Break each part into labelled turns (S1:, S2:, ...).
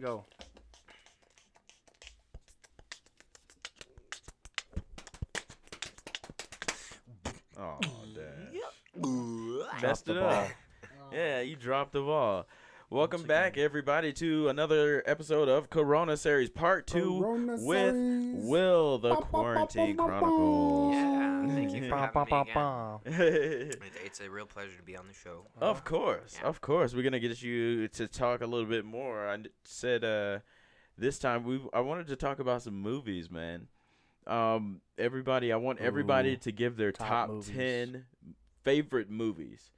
S1: Go. Oh, dang. Messed it up. Yeah, you dropped the ball. Welcome back, everybody, to another episode of Corona Series Part 2
S2: Corona
S1: with
S2: Series.
S1: Will, the
S2: Ba, ba, ba,
S1: Quarantine
S2: ba, ba.
S1: Chronicles.
S3: Yeah, thank you for
S4: Bah, bah,
S3: having me
S4: bah,
S3: again.
S4: bah.
S3: It's, it's a real pleasure to be on the show.
S1: Of course,
S3: Yeah.
S1: of course, we're gonna get you to talk a little bit more. I d- said uh, this time we I wanted to talk about some movies, man. Um, everybody, I want everybody
S4: Ooh,
S1: to give their
S4: top
S1: top,
S4: movies.
S1: ten favorite movies,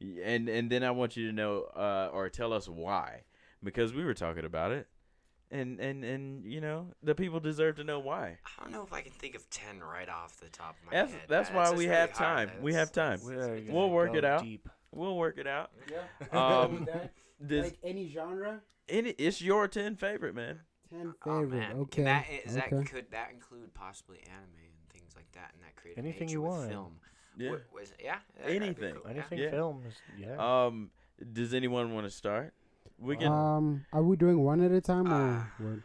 S1: Y- and and then I want you to know uh, or tell us why because we were talking about it, and and and you know the people deserve to know why.
S3: I don't know if I can think of ten right off the top of my
S1: That's
S3: head.
S1: that's
S3: Uh,
S1: why
S3: it's
S1: we
S3: just really
S1: have
S3: hard.
S1: time. We have time.
S3: That's-
S4: We are gonna
S1: We'll work
S4: go
S1: it out.
S4: Deep.
S1: We'll work it out.
S2: Yeah.
S1: Um,
S2: That-
S1: This,
S2: like any genre,
S1: any, it's your ten favorite, man.
S2: ten
S3: Oh,
S2: favorite.
S3: man.
S2: okay.
S3: Can that, is
S2: okay.
S3: that could that include possibly anime and things like that and that creative
S4: Anything
S3: nature
S4: you
S3: with
S4: want.
S3: film?
S1: Yeah.
S3: What, was, yeah. that- that'd be
S1: Anything.
S3: cool, yeah.
S4: Anything
S1: Yeah.
S4: films. Yeah.
S1: Um, does anyone want to start? We can.
S2: um, are we doing one at a time or
S3: Ah.
S2: what?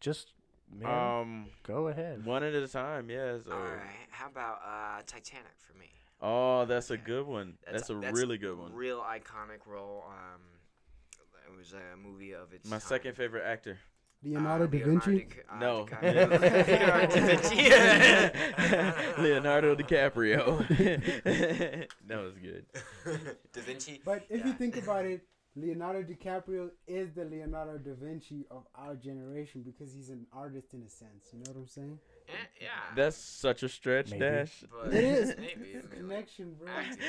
S4: Just man,
S1: um,
S4: go ahead.
S1: one at a time. Yeah. So.
S3: All right. How about uh, Titanic for me?
S1: Oh, that's a
S3: Okay.
S1: good one. That's, a really good one.
S3: Real iconic role. Um, it was a movie of its
S1: My
S3: time.
S1: second favorite actor.
S2: Leonardo
S3: Uh,
S2: da
S3: Leonardo
S2: Vinci.
S3: Dic- uh,
S1: No.
S3: DiCaprio. Leonardo da Vinci.
S1: Leonardo DiCaprio. that was good.
S3: da Vinci.
S2: But if you
S3: Yeah.
S2: think about it, Leonardo DiCaprio is the Leonardo da Vinci of our generation because he's an artist in a sense. You know what I'm saying?
S3: Eh, yeah.
S1: That's such a stretch,
S4: Maybe.
S1: Dash.
S3: but
S2: It is.
S3: Maybe.
S2: It's
S3: I mean, like,
S2: a connection, bro.
S3: acting.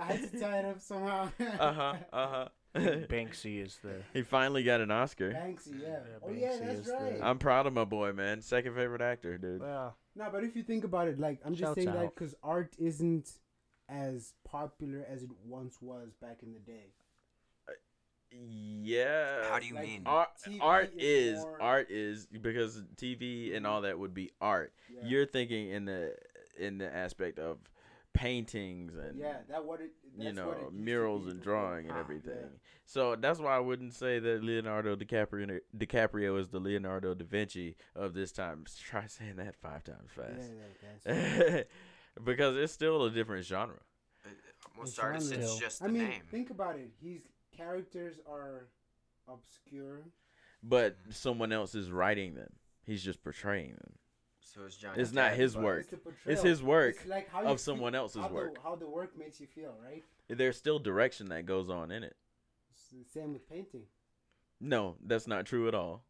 S2: I had to tie it up
S1: uh
S2: somehow.
S1: huh.
S3: Uh-huh,
S1: Uh huh.
S4: Banksy is the
S1: he finally got an Oscar.
S2: Banksy, yeah.
S4: Yeah,
S2: oh yeah,
S4: Banksy
S2: that's
S4: is the-
S2: right.
S1: I'm proud of my boy, man. Second favorite actor, dude.
S4: well.
S2: No, but if you think about it, like I'm just
S4: Shouts
S2: saying that
S4: out.
S2: because art isn't as popular as it once was back in the day.
S1: Yeah.
S3: How do you
S2: Like,
S3: mean?
S1: art,
S2: TV
S1: art
S2: is
S1: is
S2: more-
S1: art is because TV and all that would be art.
S2: Yeah,
S1: You're thinking in the in the aspect of paintings and
S2: yeah that what it. That's
S1: you
S2: what it
S1: know
S2: used to
S1: murals
S2: be
S1: and
S2: before.
S1: drawing and
S3: Ah,
S1: everything. So that's why I wouldn't say that Leonardo DiCaprio DiCaprio is the Leonardo da Vinci of this time. Try saying that five times
S2: Yeah,
S1: fast.
S2: yeah, that's right.
S1: because it's still a different genre.
S3: Most
S2: It's
S3: artists,
S4: on
S3: it's
S4: the-
S3: just the
S2: I mean,
S3: name.
S2: think about it. His characters are obscure.
S1: But someone else is writing them. He's just portraying them.
S3: so it's John.
S1: It's not his
S3: Travolta.
S1: work.
S2: It's, the portrayal.
S1: It's his work
S2: It's like how you
S1: of
S2: feel-
S1: someone else's
S2: how
S1: work.
S2: The, how the work makes you feel, right?
S1: There's still direction that goes on in it.
S2: It's the same with painting.
S1: No, that's not true at all.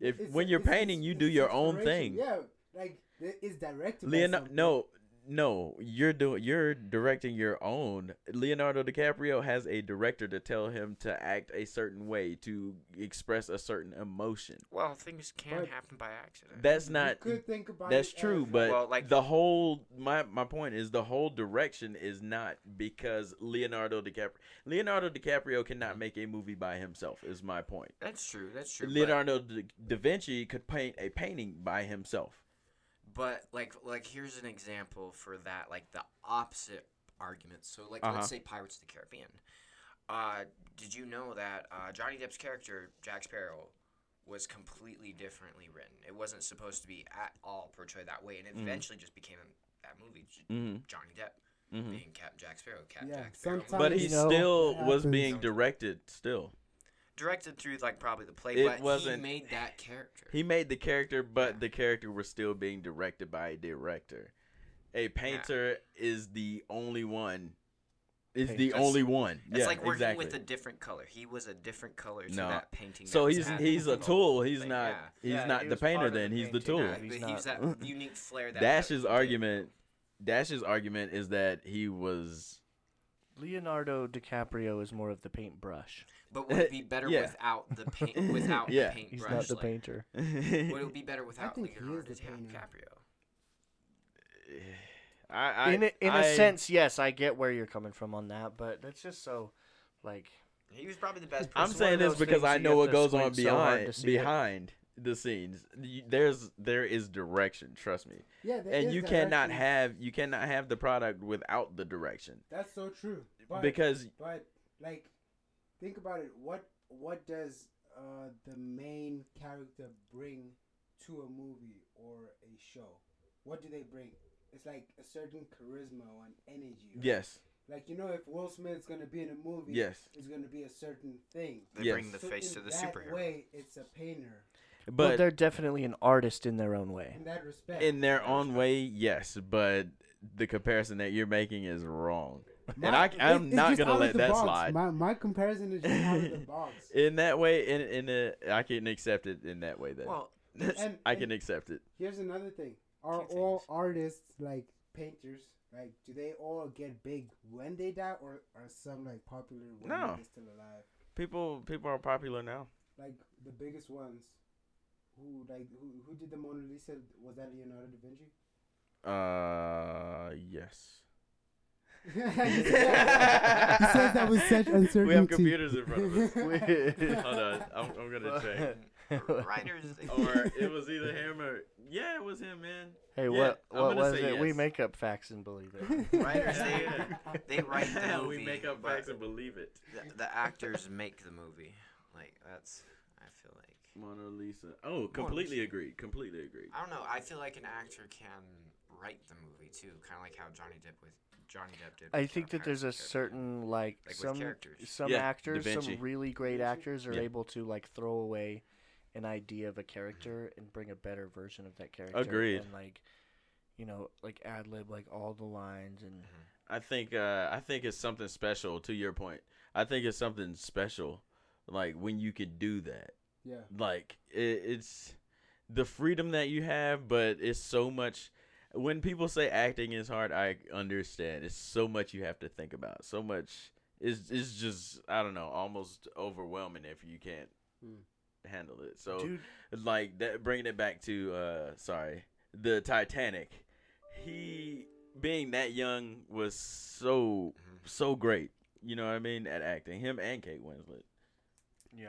S1: If
S2: It's-
S1: when you're
S2: it's-
S1: painting,
S2: it's-
S1: you
S2: it's
S1: do your own
S2: inspiration.
S1: thing.
S2: Yeah, like it- it's directed. by
S1: Leonardo,
S2: something.
S1: no, no, you're doing, you're directing your own. Leonardo DiCaprio has a director to tell him to act a certain way, to express a certain emotion.
S3: Well, things can
S2: But-
S3: happen by accident.
S1: That's
S2: You
S1: not.
S2: could think about
S1: That's
S2: it
S1: true,
S2: as-
S1: but
S3: Well, like-
S1: the whole my my point is the whole direction is not because Leonardo DiCaprio Leonardo DiCaprio cannot make a movie by himself is my point.
S3: that's true. That's Mm-hmm. true. but-
S1: Leonardo da, da Vinci could paint a painting by himself.
S3: But like like here's an example for that like the opposite argument. So like
S1: Uh-huh.
S3: let's say Pirates of the Caribbean. Uh, did you know that uh, Johnny Depp's character Jack Sparrow was completely differently written? It wasn't supposed to be at all portrayed that way, and it
S1: Mhm.
S3: eventually just became that movie. J-
S1: Mm-hmm.
S3: Johnny Depp
S1: Mm-hmm.
S3: being Cap Jack Sparrow, Cap
S2: Yeah,
S3: Jack Sparrow,
S2: sometimes-
S1: But
S2: You
S1: he
S4: know,
S1: still
S2: that
S1: was
S2: happens.
S1: being directed. Still,
S3: directed through like probably the play,
S1: It
S3: but
S1: wasn't-
S3: he made that character.
S1: he made the character, but the character was still being directed by a director. A painter is the only one. Is the
S3: That's-
S1: only one.
S3: it's
S1: yeah,
S3: like working
S1: exactly.
S3: with a different color. He was a different color to
S1: No.
S3: that painting. that
S1: so
S3: was
S1: he's
S3: at
S1: he's
S3: the
S1: a tool. He's
S3: thing,
S1: not
S3: yeah.
S1: he's
S4: Yeah,
S1: not
S4: he
S1: the
S4: was part
S1: painter.
S4: of the
S1: Then he's the
S4: painting.
S1: tool.
S3: Yeah,
S4: He's
S3: but he's,
S4: not-
S3: that unique flair. That
S1: Dash's
S3: that-
S1: argument. Dash's argument is that he was
S4: Leonardo DiCaprio is more of the paintbrush.
S3: but would it be better
S1: Yeah.
S3: without the paint? Without
S1: Yeah.
S3: the paintbrush,
S4: He's not the
S3: like,
S4: painter.
S3: Would it be better without
S2: think he is
S3: Leonardo
S2: the painter.
S3: DiCaprio?
S1: I, I,
S4: in a, in a
S1: I-
S4: sense, yes, I get where you're coming from on that, but that's just so like
S3: He was probably the best.
S1: I'm
S3: person.
S4: one
S1: saying
S4: of
S1: this
S4: those
S1: because
S4: things
S1: I
S4: you
S1: know
S4: have
S1: what
S4: to
S1: goes on
S4: squint so hard
S1: beyond
S4: to see it.
S1: behind the scenes. You- There's there is direction. Trust me,
S2: Yeah, there
S1: and
S2: is
S1: you cannot
S2: direction.
S1: have you cannot have the product without the direction
S2: That's so true. But,
S1: because
S2: but like, think about it. What what does uh, the main character bring to a movie or a show? What do they bring? It's like a certain charisma or an energy. right?
S1: Yes.
S2: Like you know, if Will Smith's gonna be in a movie,
S1: Yes.
S2: it's gonna be a certain thing.
S3: They
S1: Yes.
S3: bring the
S2: So
S3: face
S2: in
S3: to the
S2: that
S3: superhero.
S2: Way, it's a painter
S4: But
S1: But
S4: they're definitely an artist in their own way.
S2: in that respect.
S1: in their own way, yes. But the comparison that you're making is wrong.
S2: My-
S1: and I,
S2: it-
S1: I'm
S2: it's
S1: not
S2: just
S1: going to
S2: out of
S1: let
S2: the
S1: that
S2: box.
S1: slide.
S2: My, my comparison is just out of the box.
S1: in that way, in in a, I can accept it in that way. Then
S3: Well,
S2: And-
S1: I
S2: and-
S1: can accept it.
S2: Here's another thing: Are
S3: Two
S2: all
S3: things.
S2: artists like painters? Like, do they all get big when they die, or are some like popular when
S1: No.
S2: they're still alive?
S1: People people are popular now.
S2: Like the biggest ones, who like who, who did the Mona Lisa? Was that Leonardo da Vinci?
S1: Uh, yes.
S2: he says that with such uncertainty.
S1: We have computers in front of us.
S4: us.
S1: Hold on, I'm, I'm gonna check.
S3: writers.
S1: Or it was either him or yeah, it was him, man.
S4: Hey,
S1: Yeah,
S4: what
S1: I'm
S4: what
S1: gonna
S4: was it?
S1: say
S4: We
S1: yes.
S4: make up facts and believe it.
S3: Writers, they,
S1: Yeah.
S3: they write the
S1: Yeah,
S3: movie.
S1: we make up
S3: but
S1: facts and believe it.
S3: The, the actors make the movie. Like that's. I feel like.
S1: Mona Lisa. Oh, completely
S3: Lisa.
S1: agreed. Completely agreed.
S3: I don't know. I feel like an actor can write the movie too, kind of like how Johnny Depp with Johnny Depp did.
S4: I
S3: with
S4: think
S3: Tom
S4: that there's a
S3: Hanks' character.
S4: certain like,
S3: Like with
S4: some
S3: characters.
S4: some
S1: Yeah, Da
S4: actors, some
S1: Vinci.
S4: really great actors are
S1: Yeah.
S4: able to like throw away an idea of a character and bring a better version of that character.
S1: Agreed.
S4: And like, you know, like ad lib like all the lines and
S1: I think uh, I think it's something special. To your point, I think it's something special, like when you can do that.
S2: Yeah.
S1: Like it, it's the freedom that you have, but it's so much. When people say acting is hard, I understand. It's so much you have to think about. So much is it's just I don't know, almost overwhelming if you can't
S2: Hmm.
S1: handle it. So
S4: dude,
S1: like that bringing it back to uh sorry the titanic he being that young was so
S3: Mm-hmm.
S1: so great you know what i mean at acting him and kate winslet
S4: yeah.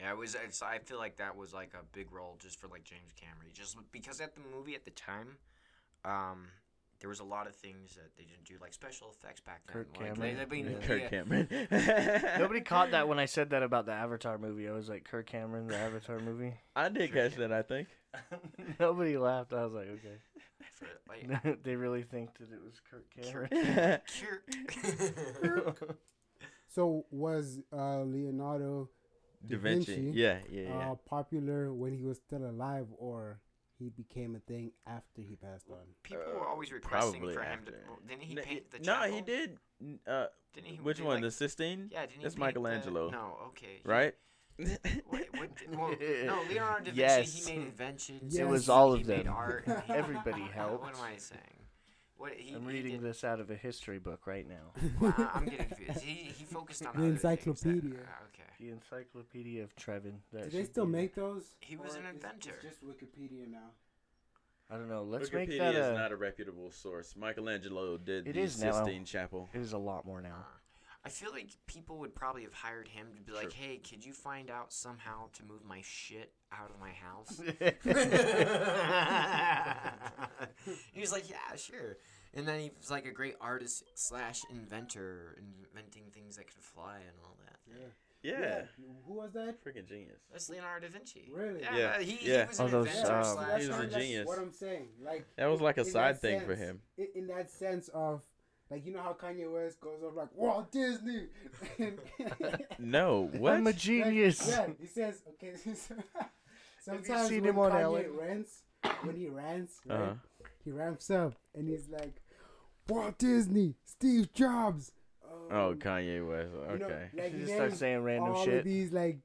S3: Yeah, it was. It's, I feel like that was like a big role just for like James Cameron, just because at the movie at the time, um, there was a lot of things that they didn't do, like special effects back then.
S4: Kirk
S3: like,
S4: Cameron,
S3: They, they,
S4: yeah.
S3: yeah.
S1: kirk
S3: yeah,
S1: cameron
S4: Nobody caught that when I said that about the Avatar movie. I was like Kirk Cameron, the Avatar movie.
S1: i did catch that i think
S4: Nobody laughed. I was like, okay.
S3: for, like,
S4: they really think that it was Kirk Cameron.
S3: Kirk.
S2: So was uh, Leonardo
S1: da vinci.
S2: Vinci,
S1: yeah yeah yeah
S4: Um,
S2: uh, popular when he was still alive, or he became a thing after he passed on?
S3: People
S1: Uh,
S3: were always requesting
S1: probably
S3: for him to.
S1: after.
S3: well, Didn't he
S1: no,
S3: paint the?
S1: no, he
S3: chapel?
S1: did n- uh
S3: Didn't he
S1: which
S3: do,
S1: one
S3: like-
S1: the sistine
S3: Yeah, didn't he?
S1: that's
S3: paint the-
S1: Michelangelo.
S3: no, okay. he-
S1: right
S3: Wait, what did- well, no, Leonardo da Vinci.
S4: Yes.
S3: He made inventions.
S2: It was
S3: he-
S4: all of
S3: he made
S4: them.
S3: art, and he-
S4: Everybody
S3: What
S4: helped.
S3: am I saying? What he,
S4: I'm
S3: he
S4: reading
S3: did-
S4: this out of a history book right now.
S3: Wow, I'm getting confused. He, he focused on
S2: The
S3: other things that-
S2: encyclopedia.
S3: ah, okay.
S4: The Encyclopedia of Trevin. That
S2: Do they
S4: should
S2: still
S4: be-
S2: make those?
S3: He was
S2: Or
S3: an
S2: is- it's
S3: inventor.
S2: just Wikipedia now.
S4: I don't know. Let's
S1: Wikipedia
S4: make that
S1: is
S4: a.
S1: not a reputable source. Michelangelo did
S4: It
S1: the
S4: is now.
S1: Sistine Chapel.
S4: it is a lot more now.
S3: Ah. I feel like people would probably have hired him to be like, "Hey, could you find out somehow to move my shit out of my house?" he was like, "Yeah, sure." And then he was like a great artist slash inventor, inventing things that could fly and all that.
S1: Yeah.
S2: Who was that?
S1: Freaking genius.
S3: That's Leonardo da Vinci.
S2: Really?
S3: Yeah,
S1: Yeah,
S3: He,
S1: yeah.
S3: he was
S4: All
S3: an
S4: those,
S3: inventor
S4: um,
S3: slash.
S1: He was a
S2: that's
S1: genius.
S2: What I'm saying, like
S1: That was like a
S2: in that
S1: side thing for
S2: sense-
S1: him.
S2: i- In that sense of, like you know how Kanye West goes off like Walt Disney. Like,
S1: No, what?
S4: I'm a genius.
S2: yeah, he says okay. so- Sometimes
S4: seen
S2: when
S4: him on
S2: Kanye
S4: Ellen?
S2: rants, when he rants, right,
S1: Uh-huh.
S2: he ramps up and he's like, Walt Disney, Steve Jobs.
S1: Oh,
S2: um,
S1: Kanye West.
S2: you know,
S1: Okay.
S2: like,
S4: He
S2: he
S4: just starts
S2: names
S4: saying random
S2: all
S4: shit.
S2: of these like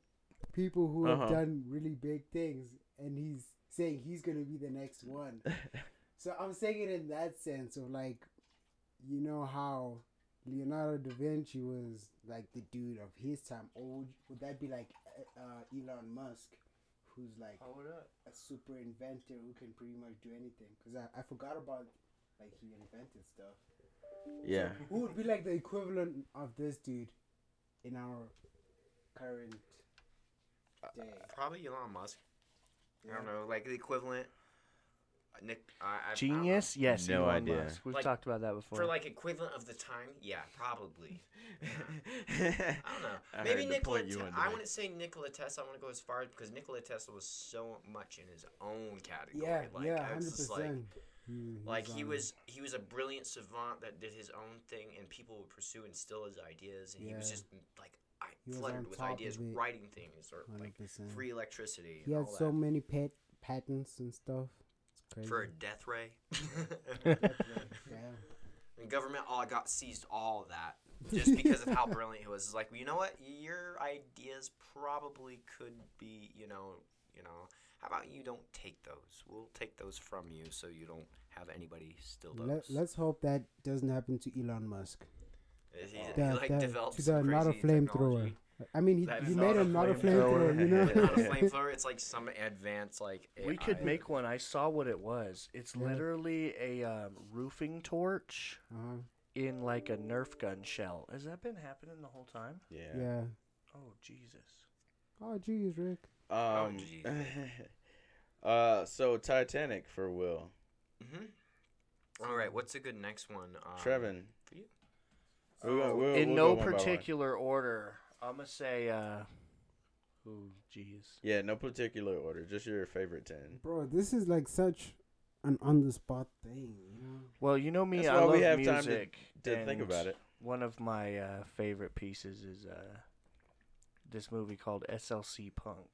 S2: people who have
S1: Uh-huh.
S2: done really big things, and he's saying he's gonna be the next one. so I'm saying it in that sense of like, you know how Leonardo da Vinci was like the dude of his time, or would, would that be like uh, uh, Elon Musk, who's like
S4: Oh.
S2: a super inventor who can pretty much do anything? Because I, I forgot about like he invented stuff.
S1: Yeah.
S2: Who would be like the equivalent of this dude in our current day?
S3: Uh, Probably Elon Musk. I don't know, like the equivalent uh, Nick, I, I- I,
S4: Genius? Yes.
S1: No
S4: Elon
S1: idea.
S4: Musk. We've
S3: Like,
S4: talked about that before.
S3: For like equivalent of the time, yeah, probably. I don't know.
S1: I
S3: Maybe
S1: heard the
S3: Nikola.
S1: point you
S3: Te-
S1: wanted to
S3: I
S1: make.
S3: wouldn't say Nikola Tesla. I want to go as far because Nikola Tesla was so much in his own category.
S2: Yeah,
S3: like,
S2: yeah,
S3: I was
S2: hundred
S3: just like-
S2: percent. Hmm, um,
S3: Like he was, he was a brilliant savant that did his own thing, and people would pursue and still his ideas. And he was
S2: Yeah.
S3: just like I
S2: He was
S3: flooded
S2: on
S3: with
S2: top
S3: ideas,
S2: of it.
S3: writing things, or like
S2: hundred percent.
S3: free electricity.
S2: He
S3: and
S2: had
S3: all
S2: so
S3: that.
S2: many pet patents and stuff. It's crazy.
S3: for a death ray.
S2: yeah.
S3: And government all got seized all of that just because of how brilliant he was. It's like, you know what? Your ideas probably could be, you know, you know, how about you don't take those? We'll take those from you so you don't have anybody steal those.
S2: Let, let's hope that doesn't happen to Elon Musk.
S3: he, he,
S2: That-
S3: like
S2: that-
S3: developed
S2: to
S3: some
S2: the- not a
S3: crazy technology.
S2: flamethrower. I mean, he,
S3: That
S2: he
S3: is
S2: made
S3: not a
S2: him not a
S4: flamethrower.
S2: flamethrower, you know.
S3: Not a flamethrower. It's like some advanced like.
S4: we could
S3: AI.
S4: make one. I saw what it was. It's
S2: Yeah.
S4: literally a um, roofing torch
S2: uh-huh.
S4: in like a Nerf gun shell. Has that been happening the whole time?
S2: yeah.
S4: Oh Jesus!
S2: Oh, jeez, Rick.
S1: Um,
S3: geez.
S1: uh, so Titanic for Will.
S3: Mhm. All right, what's a good next one? Um,
S1: Trevin.
S3: for you?
S1: We'll go- we'll-
S4: in
S1: we'll
S4: no
S1: go one by one.
S4: particular order, I'm gonna say. Uh, oh jeez.
S1: Yeah, no particular order. Just your favorite ten.
S2: Bro, this is like such an on the spot thing, you know.
S4: Well, you know me.
S1: That's
S4: I
S1: why
S4: love
S1: we have time to-
S4: music.
S1: Didn't think
S4: and
S1: about it.
S4: One of my uh, favorite pieces is uh, this movie called SLC Punk.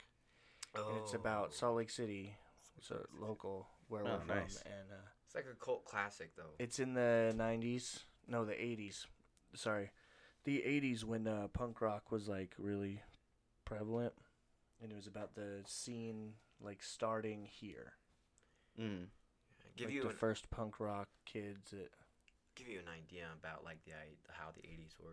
S4: and it's
S3: Oh.
S4: about Salt Lake City, so local where we're
S1: Oh,
S4: from,
S1: nice.
S4: and uh,
S3: It's like a cult classic though.
S4: it's in the '90s. No, the '80s. Sorry, the '80s when uh, punk rock was like really prevalent, and it was about the scene like starting here.
S1: Mm.
S3: Give
S4: like
S3: you
S4: the
S3: an
S4: first punk rock kids. That,
S3: give you an idea about like the i- how the 80s were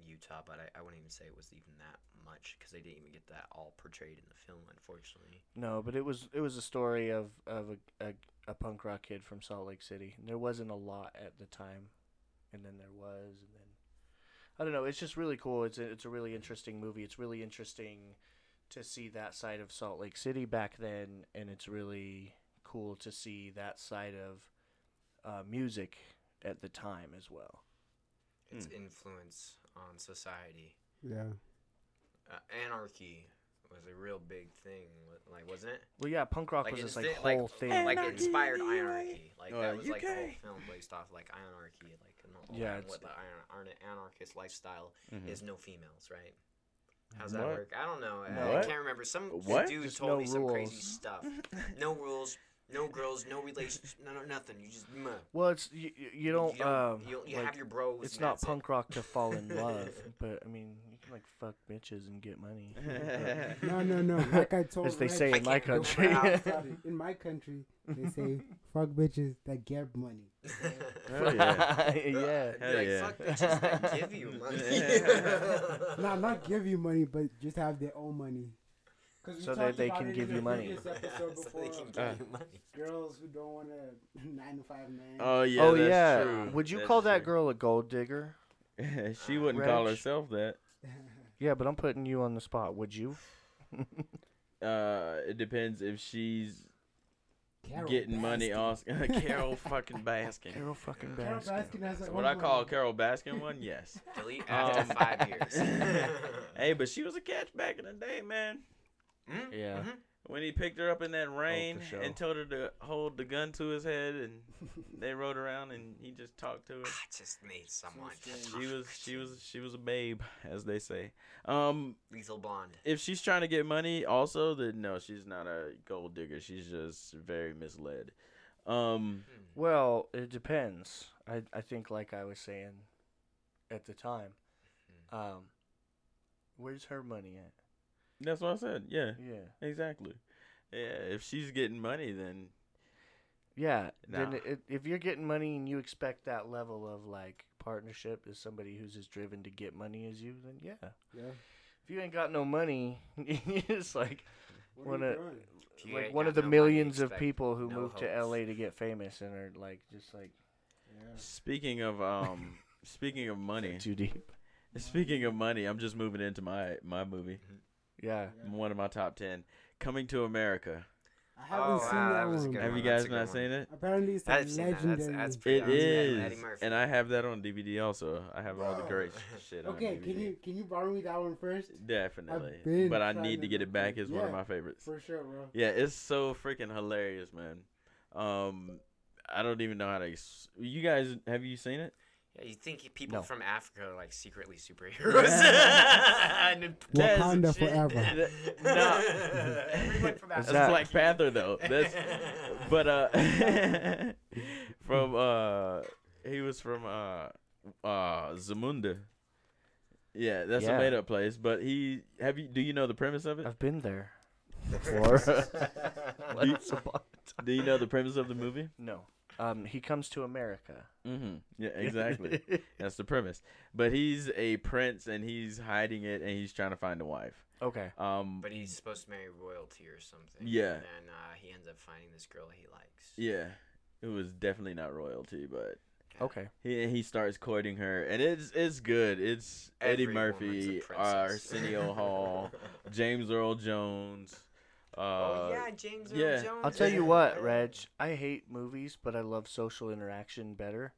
S3: in Utah, but I, I wouldn't even say it was even that much because they didn't even get that all portrayed in the film, unfortunately.
S4: no, but it was it was a story of of a, a a punk rock kid from Salt Lake City. And there wasn't a lot at the time, and then there was, and then I don't know. It's just really cool. It's a, it's a really interesting movie. It's really interesting to see that side of Salt Lake City back then, and it's really cool to see that side of uh, music at the time as well.
S3: Its
S1: Hmm.
S3: influence on society,
S2: Yeah.
S3: uh, anarchy was a real big thing, wa- like wasn't it?
S4: Well, yeah, punk rock
S3: Like,
S4: was
S3: it
S4: this
S3: was
S4: like
S3: the- like-
S4: whole thing.
S3: Like it inspired anarchy. Like
S1: Uh,
S3: that was like the whole
S1: UK.
S3: film based off like anarchy, like and all
S4: Yeah,
S3: that, and
S4: it's-
S3: what the iron, iron, anarchist lifestyle
S1: Mhm.
S4: Hmm.
S3: is no females, right? How's that
S1: What?
S3: work? I don't know. I- I
S1: What?
S3: can't remember. Some
S1: What?
S3: dude
S4: Just
S3: told
S4: no
S3: me some crazy
S4: rules.
S3: stuff. No rules, no girls, no relations, no, no nothing. You just meh.
S4: well, it's you, you- you don't, um,
S3: you, you
S4: like,
S3: have your bros.
S4: it's
S3: and
S4: not
S3: that's it.
S4: punk rock to fall in love, but I mean, you can like fuck bitches and get money.
S2: No, no, no. Like I told
S4: As they
S2: Rick,
S4: say
S3: I
S4: in my
S3: can't
S4: country.
S3: remember how it
S2: in my country, they say fuck bitches that get money.
S1: Hell Oh, yeah.
S4: yeah.
S3: I'd be
S1: Hell
S3: like,
S1: yeah.
S3: fuck bitches that give you money.
S2: No, not give you money, but just have their own money. Cause
S4: So that they can give you money.
S3: so they can give
S1: Uh.
S3: you money.
S2: girls who don't want a nine to five man.
S1: Oh yeah.
S4: oh
S1: that's
S4: yeah.
S1: True.
S4: Would you
S1: That's
S4: call that
S1: true.
S4: girl a gold digger?
S1: she wouldn't call
S4: Reg?
S1: herself that.
S4: Yeah, but I'm putting you on the spot. Would you?
S1: Uh, it depends if she's
S2: Carol
S1: getting money
S2: Baskin.
S1: off Carol fucking Baskin.
S4: Carol fucking
S2: Carol
S4: Baskin.
S2: Baskin has her
S1: What
S2: own
S1: I call a
S2: money.
S1: Carol Baskin one, yes.
S3: Delete after
S1: Um.
S3: five years.
S1: hey, but she was a catch back in the day, man.
S3: Mm,
S4: Yeah.
S3: mhm.
S1: When he picked her up in that rain
S4: sure.
S1: and told her to hold the gun to his head, and they rode around and he just talked to her.
S3: Ah, I just need someone. to
S2: strange.
S3: talk
S1: She was she
S3: to.
S1: was she was a babe, as they say. Um,
S3: lethal blonde.
S1: if she's trying to get money also then no she's not a gold digger she's just very misled um
S3: Hmm.
S4: Well, it depends. I I think like I was saying at the time.
S1: Hmm.
S4: Um where's her money at?
S1: that's what i said yeah
S4: Yeah.
S1: exactly yeah if she's getting money then
S4: Yeah. Then
S1: Nah.
S4: it, if you're getting money and you expect that level of like partnership as somebody who's as driven to get money as you, then yeah.
S2: Yeah.
S4: If you ain't got no money, it's like
S2: What are
S4: Wanna-
S2: you doing?
S3: If you
S4: like
S3: ain't
S4: one
S3: got
S4: of the
S3: no money,
S4: millions of
S3: expect
S4: people who
S3: no
S4: moved to
S3: hopes.
S4: LA to get famous and are like just like
S1: speaking of um speaking of money
S4: too deep.
S1: speaking of money i'm just moving into my my movie
S4: Yeah.
S1: one of my top 10 coming to america
S2: I haven't
S3: Oh,
S2: seen
S3: wow,
S2: that,
S3: that was
S2: one.
S3: good
S1: Have you
S3: one.
S1: guys
S3: That's a good
S1: not
S3: one.
S1: seen it?
S2: Apparently, it's like
S3: I've seen that.
S2: legendary.
S3: That's, that's pretty
S1: It
S3: awesome.
S1: is,
S3: Eddie Murphy. Oh.
S1: and I have that on DVD also. I have all the
S2: Bro.
S1: great shit on
S2: okay,
S1: DVD.
S2: can you can you borrow me that one first?
S1: Definitely,
S2: been
S1: but I
S2: trying
S1: need
S2: to
S1: to get it back.
S2: locate-
S1: It's one of
S2: yeah.
S1: my favorites.
S2: For sure, bro.
S1: Yeah, it's so freaking hilarious, man. Um, I don't even know how to. Ex- you guys, have you seen it?
S3: Yeah, you think he- people
S4: No.
S3: from Africa are like secretly superheroes? And it-
S1: That's
S2: Wakanda
S1: shit.
S2: forever.
S1: That- no.
S3: Everyone from
S4: Is
S1: That's
S3: Africa.
S4: that-
S1: Black Panther though. That's but uh, from uh, he was from uh, uh, Zamunda. Yeah, that's
S4: Yeah.
S1: a made up place. But he have you? Do you know the premise of it?
S4: I've been there before.
S1: Do you-
S4: Once upon a time.
S1: Do you know the premise of the movie?
S4: No. Um, he comes to America.
S1: Mm-hmm. Yeah, exactly. that's the premise. But he's a prince and he's hiding it and he's trying to find a wife.
S4: okay.
S1: Um,
S3: But he's supposed to marry royalty or something.
S1: Yeah.
S3: And uh, he ends up finding this girl he likes.
S1: yeah, it was definitely not royalty, but
S4: Okay.
S1: He he starts courting her, and it's it's good. It's Eddie
S3: Every woman's a
S1: Murphy,
S3: princess.
S1: Arsenio Hall, James Earl Jones. Uh,
S3: oh yeah, James Earl
S1: yeah.
S3: Jones.
S4: I'll tell you what, Reg. I hate movies, but I love social interaction better.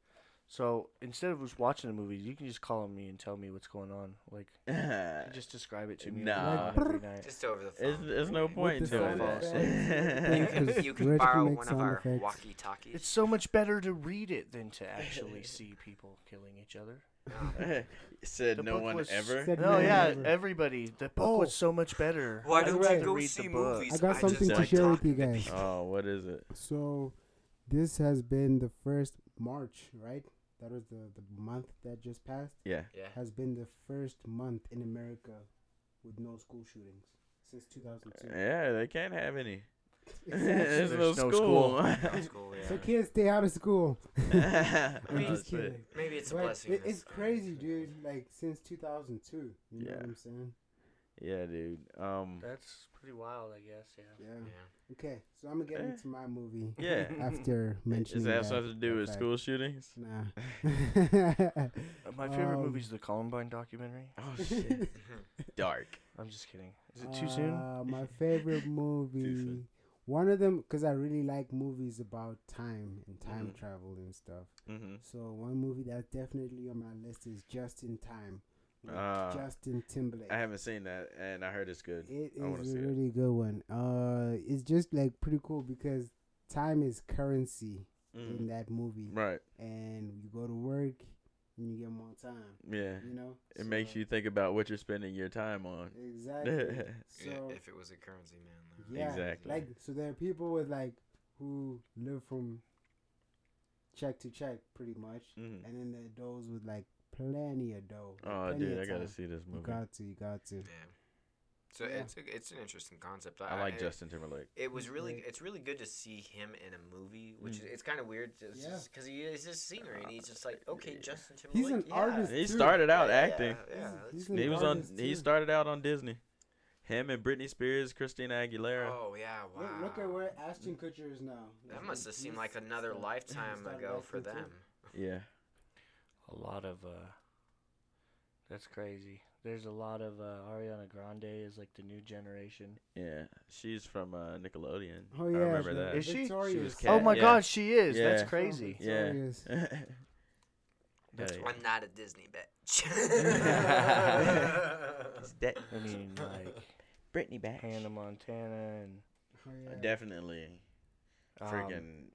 S4: So instead of just watching a movie, you can just call me and tell me what's going on. Like, you just describe it to me.
S1: Nah.
S4: Every night.
S3: Just over the phone.
S1: it's, it's no
S3: right?
S1: point
S2: With
S1: to
S2: the
S1: doing
S4: sound
S3: You
S2: effects.
S1: that.
S3: can,
S2: Because
S3: you can
S2: Reg can
S3: borrow
S2: make
S3: one of
S2: sound
S3: our
S2: effects.
S3: walkie talkies.
S4: It's so much better to read it than to actually see people killing each other.
S1: Said
S4: The
S1: no
S4: book
S1: one
S4: was-
S1: ever.
S2: Said
S4: No,
S2: no
S4: Oh, yeah,
S2: one ever.
S4: everybody. The book
S2: Oh.
S4: was so much better.
S3: Why
S4: I
S3: don't
S4: wanted
S3: you
S2: Right.
S4: to
S3: go
S4: read the
S3: see
S4: book.
S3: movies?
S2: I got
S3: just
S2: something
S1: to
S3: like
S2: share with
S3: talking
S2: you
S3: to
S2: guys.
S3: people.
S1: Oh, what is it?
S2: So, this has been the first March, right? That was the the month that just passed.
S1: Yeah.
S3: Yeah.
S2: Has been the first month in America with no school shootings since 2002.
S1: Yeah, they can't have any.
S2: Exactly.
S1: There's no
S4: There's no
S1: school.
S3: That's cool, yeah.
S2: So kids, stay out of school. I'm
S1: Oh,
S2: just
S1: shit.
S2: kidding.
S3: Maybe it's a
S2: But
S3: blessing.
S2: it-
S3: in
S2: it's
S3: disguise,
S2: crazy,
S3: who
S2: dude.
S3: knows?
S2: Like since 2002. You know
S1: Yeah.
S2: what I'm saying?
S1: Yeah, dude. Um.
S4: That's pretty wild, I guess. Yeah.
S2: Yeah.
S3: Yeah.
S2: Okay, so I'm gonna get
S1: Eh.
S2: into my movie
S1: Yeah.
S2: after
S1: Does
S2: mentioning
S1: that have something to do with
S2: fact.
S1: school shootings?
S2: Nah.
S4: Uh, My favorite
S2: Um,
S4: movie's the Columbine documentary.
S1: Oh shit. Dark.
S4: I'm just kidding. Is it too soon?
S2: Uh, my favorite movie.
S1: soon.
S2: One of them, because I really like movies about time and time
S1: Mhm.
S2: travel and stuff.
S1: Mm-hmm.
S2: So one movie that's definitely on my list is Just in Time. with
S1: Ah.
S2: Justin Timberlake.
S1: I haven't seen that, and I heard it's good.
S2: It
S1: I wanna
S2: is a
S1: see it.
S2: really good one. Uh, it's just like pretty cool because time is currency
S1: Mm.
S2: in that movie,
S1: Right.
S2: and you go to work and you get more time.
S1: Yeah.
S2: You know,
S1: It makes
S2: So-
S1: you think about what you're spending your time on.
S2: exactly.
S3: Yeah,
S2: so
S3: if it was a currency, man.
S2: yeah,
S1: Exactly.
S2: like so there are people with like who live from check to check pretty much,
S1: Mhm.
S2: and then there are those with like plenty of dough. like,
S1: Oh,
S2: plenty
S1: dude,
S2: of
S1: I gotta
S2: time.
S1: see this
S2: You
S1: movie.
S2: got to, you got to.
S3: Yeah. So
S2: Yeah.
S3: it's a, it's an interesting concept.
S1: I like
S3: it-
S1: Justin Timberlake.
S3: It was really
S2: Timberlake.
S3: it's really good to see him in a movie, which
S1: Mm.
S3: is, it's kind of weird because
S2: Yeah.
S3: he is this scenery and he's just like okay, Justin Timberlake.
S2: He's an
S3: yeah.
S2: artist.
S1: He
S2: too.
S1: started
S3: Yeah,
S1: out
S3: yeah,
S1: acting.
S3: Yeah,
S2: He's-
S3: that's
S2: he's
S3: cool.
S2: an
S1: He was on.
S2: artist,
S1: He
S2: too.
S1: started out on Disney. Him and Britney Spears, Christina Aguilera.
S3: Oh yeah, wow.
S2: Look, look at where Ashton Kutcher is now.
S3: that
S2: Like,
S3: must have
S2: he's-
S3: seemed like
S2: he's
S3: another
S2: started-
S3: lifetime
S2: started
S3: ago for
S2: acting, too.
S3: them.
S1: Yeah.
S4: A lot of. uh That's crazy. There's a lot of uh, Ariana Grande is like the new generation.
S1: Yeah. She's from uh, Nickelodeon.
S2: Oh
S1: I
S2: yeah,
S1: remember
S2: the-
S1: that.
S4: Is she? She was
S2: Victorious.
S1: cat- Yeah,
S4: oh my
S1: yeah.
S4: God, she is.
S1: Yeah.
S4: That's crazy.
S1: yeah.
S2: Victorious.
S4: That's
S1: Hey.
S4: why-
S3: I'm not a Disney bitch.
S1: It's that
S4: I mean, like
S1: Britney back.
S4: Hannah Montana and
S2: Oh, yeah.
S1: Definitely.
S4: um,
S1: Freaking.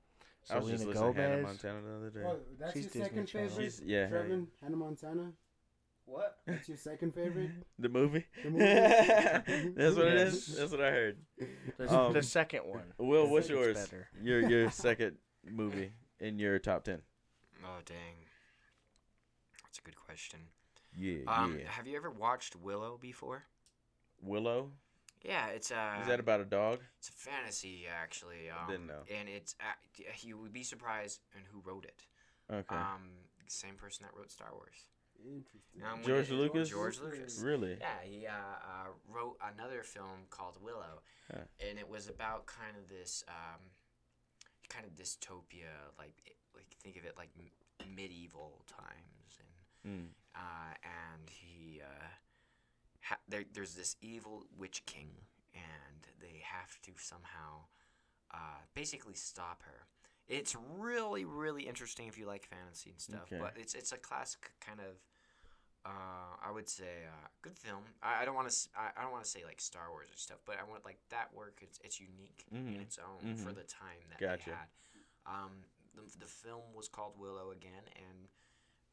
S1: I was
S4: Selena
S1: just listening to Hannah
S4: Gomez.
S1: Montana the other day.
S2: Oh, that's
S4: She's
S2: your
S4: Disney
S2: second
S4: Channel.
S2: favorite.
S1: She's yeah. her-
S2: Trevin, Hannah Montana.
S4: What?
S2: That's your second favorite.
S1: The movie.
S2: The movie?
S1: That's what it
S4: Yeah.
S1: is. That's what I heard.
S4: The,
S1: Um,
S4: the second one.
S1: Will,
S4: I
S1: what's
S4: think it's
S1: yours?
S4: better.
S1: Your your second movie in your top ten.
S3: oh dang, that's a good question.
S1: Yeah,
S3: Um,
S1: yeah.
S3: have you ever watched Willow before?
S1: Willow.
S3: Yeah, it's uh
S1: Is that about a dog?
S3: It's a fantasy, actually. Um,
S1: didn't know.
S3: And it's ac- yeah, you would be surprised on who wrote it.
S1: Okay.
S3: Um, same person that wrote Star Wars.
S2: Interesting.
S3: Um, when
S1: George
S3: it-
S1: Lucas?
S3: George Lucas.
S1: really?
S3: Yeah, he uh, uh, wrote another film called Willow,
S1: Huh.
S3: and it was about kind of this um, kind of dystopia, like it, like think of it like m- medieval times, and
S1: Mm.
S3: uh, and he uh, ha- there, there's this evil witch king, and they have to somehow uh, basically stop her. It's really, really interesting if you like fantasy and stuff.
S1: Okay.
S3: But it's it's a classic kind of, uh, I would say, uh, good film. I, I don't want to I, I don't want to say like Star Wars or stuff, but I want like that work. It's it's unique in
S4: Mm-hmm.
S1: Mhm.
S3: its own for
S1: Mhm.
S3: the time that
S1: Gotcha.
S3: they had. Um, the, the film was called Willow again, and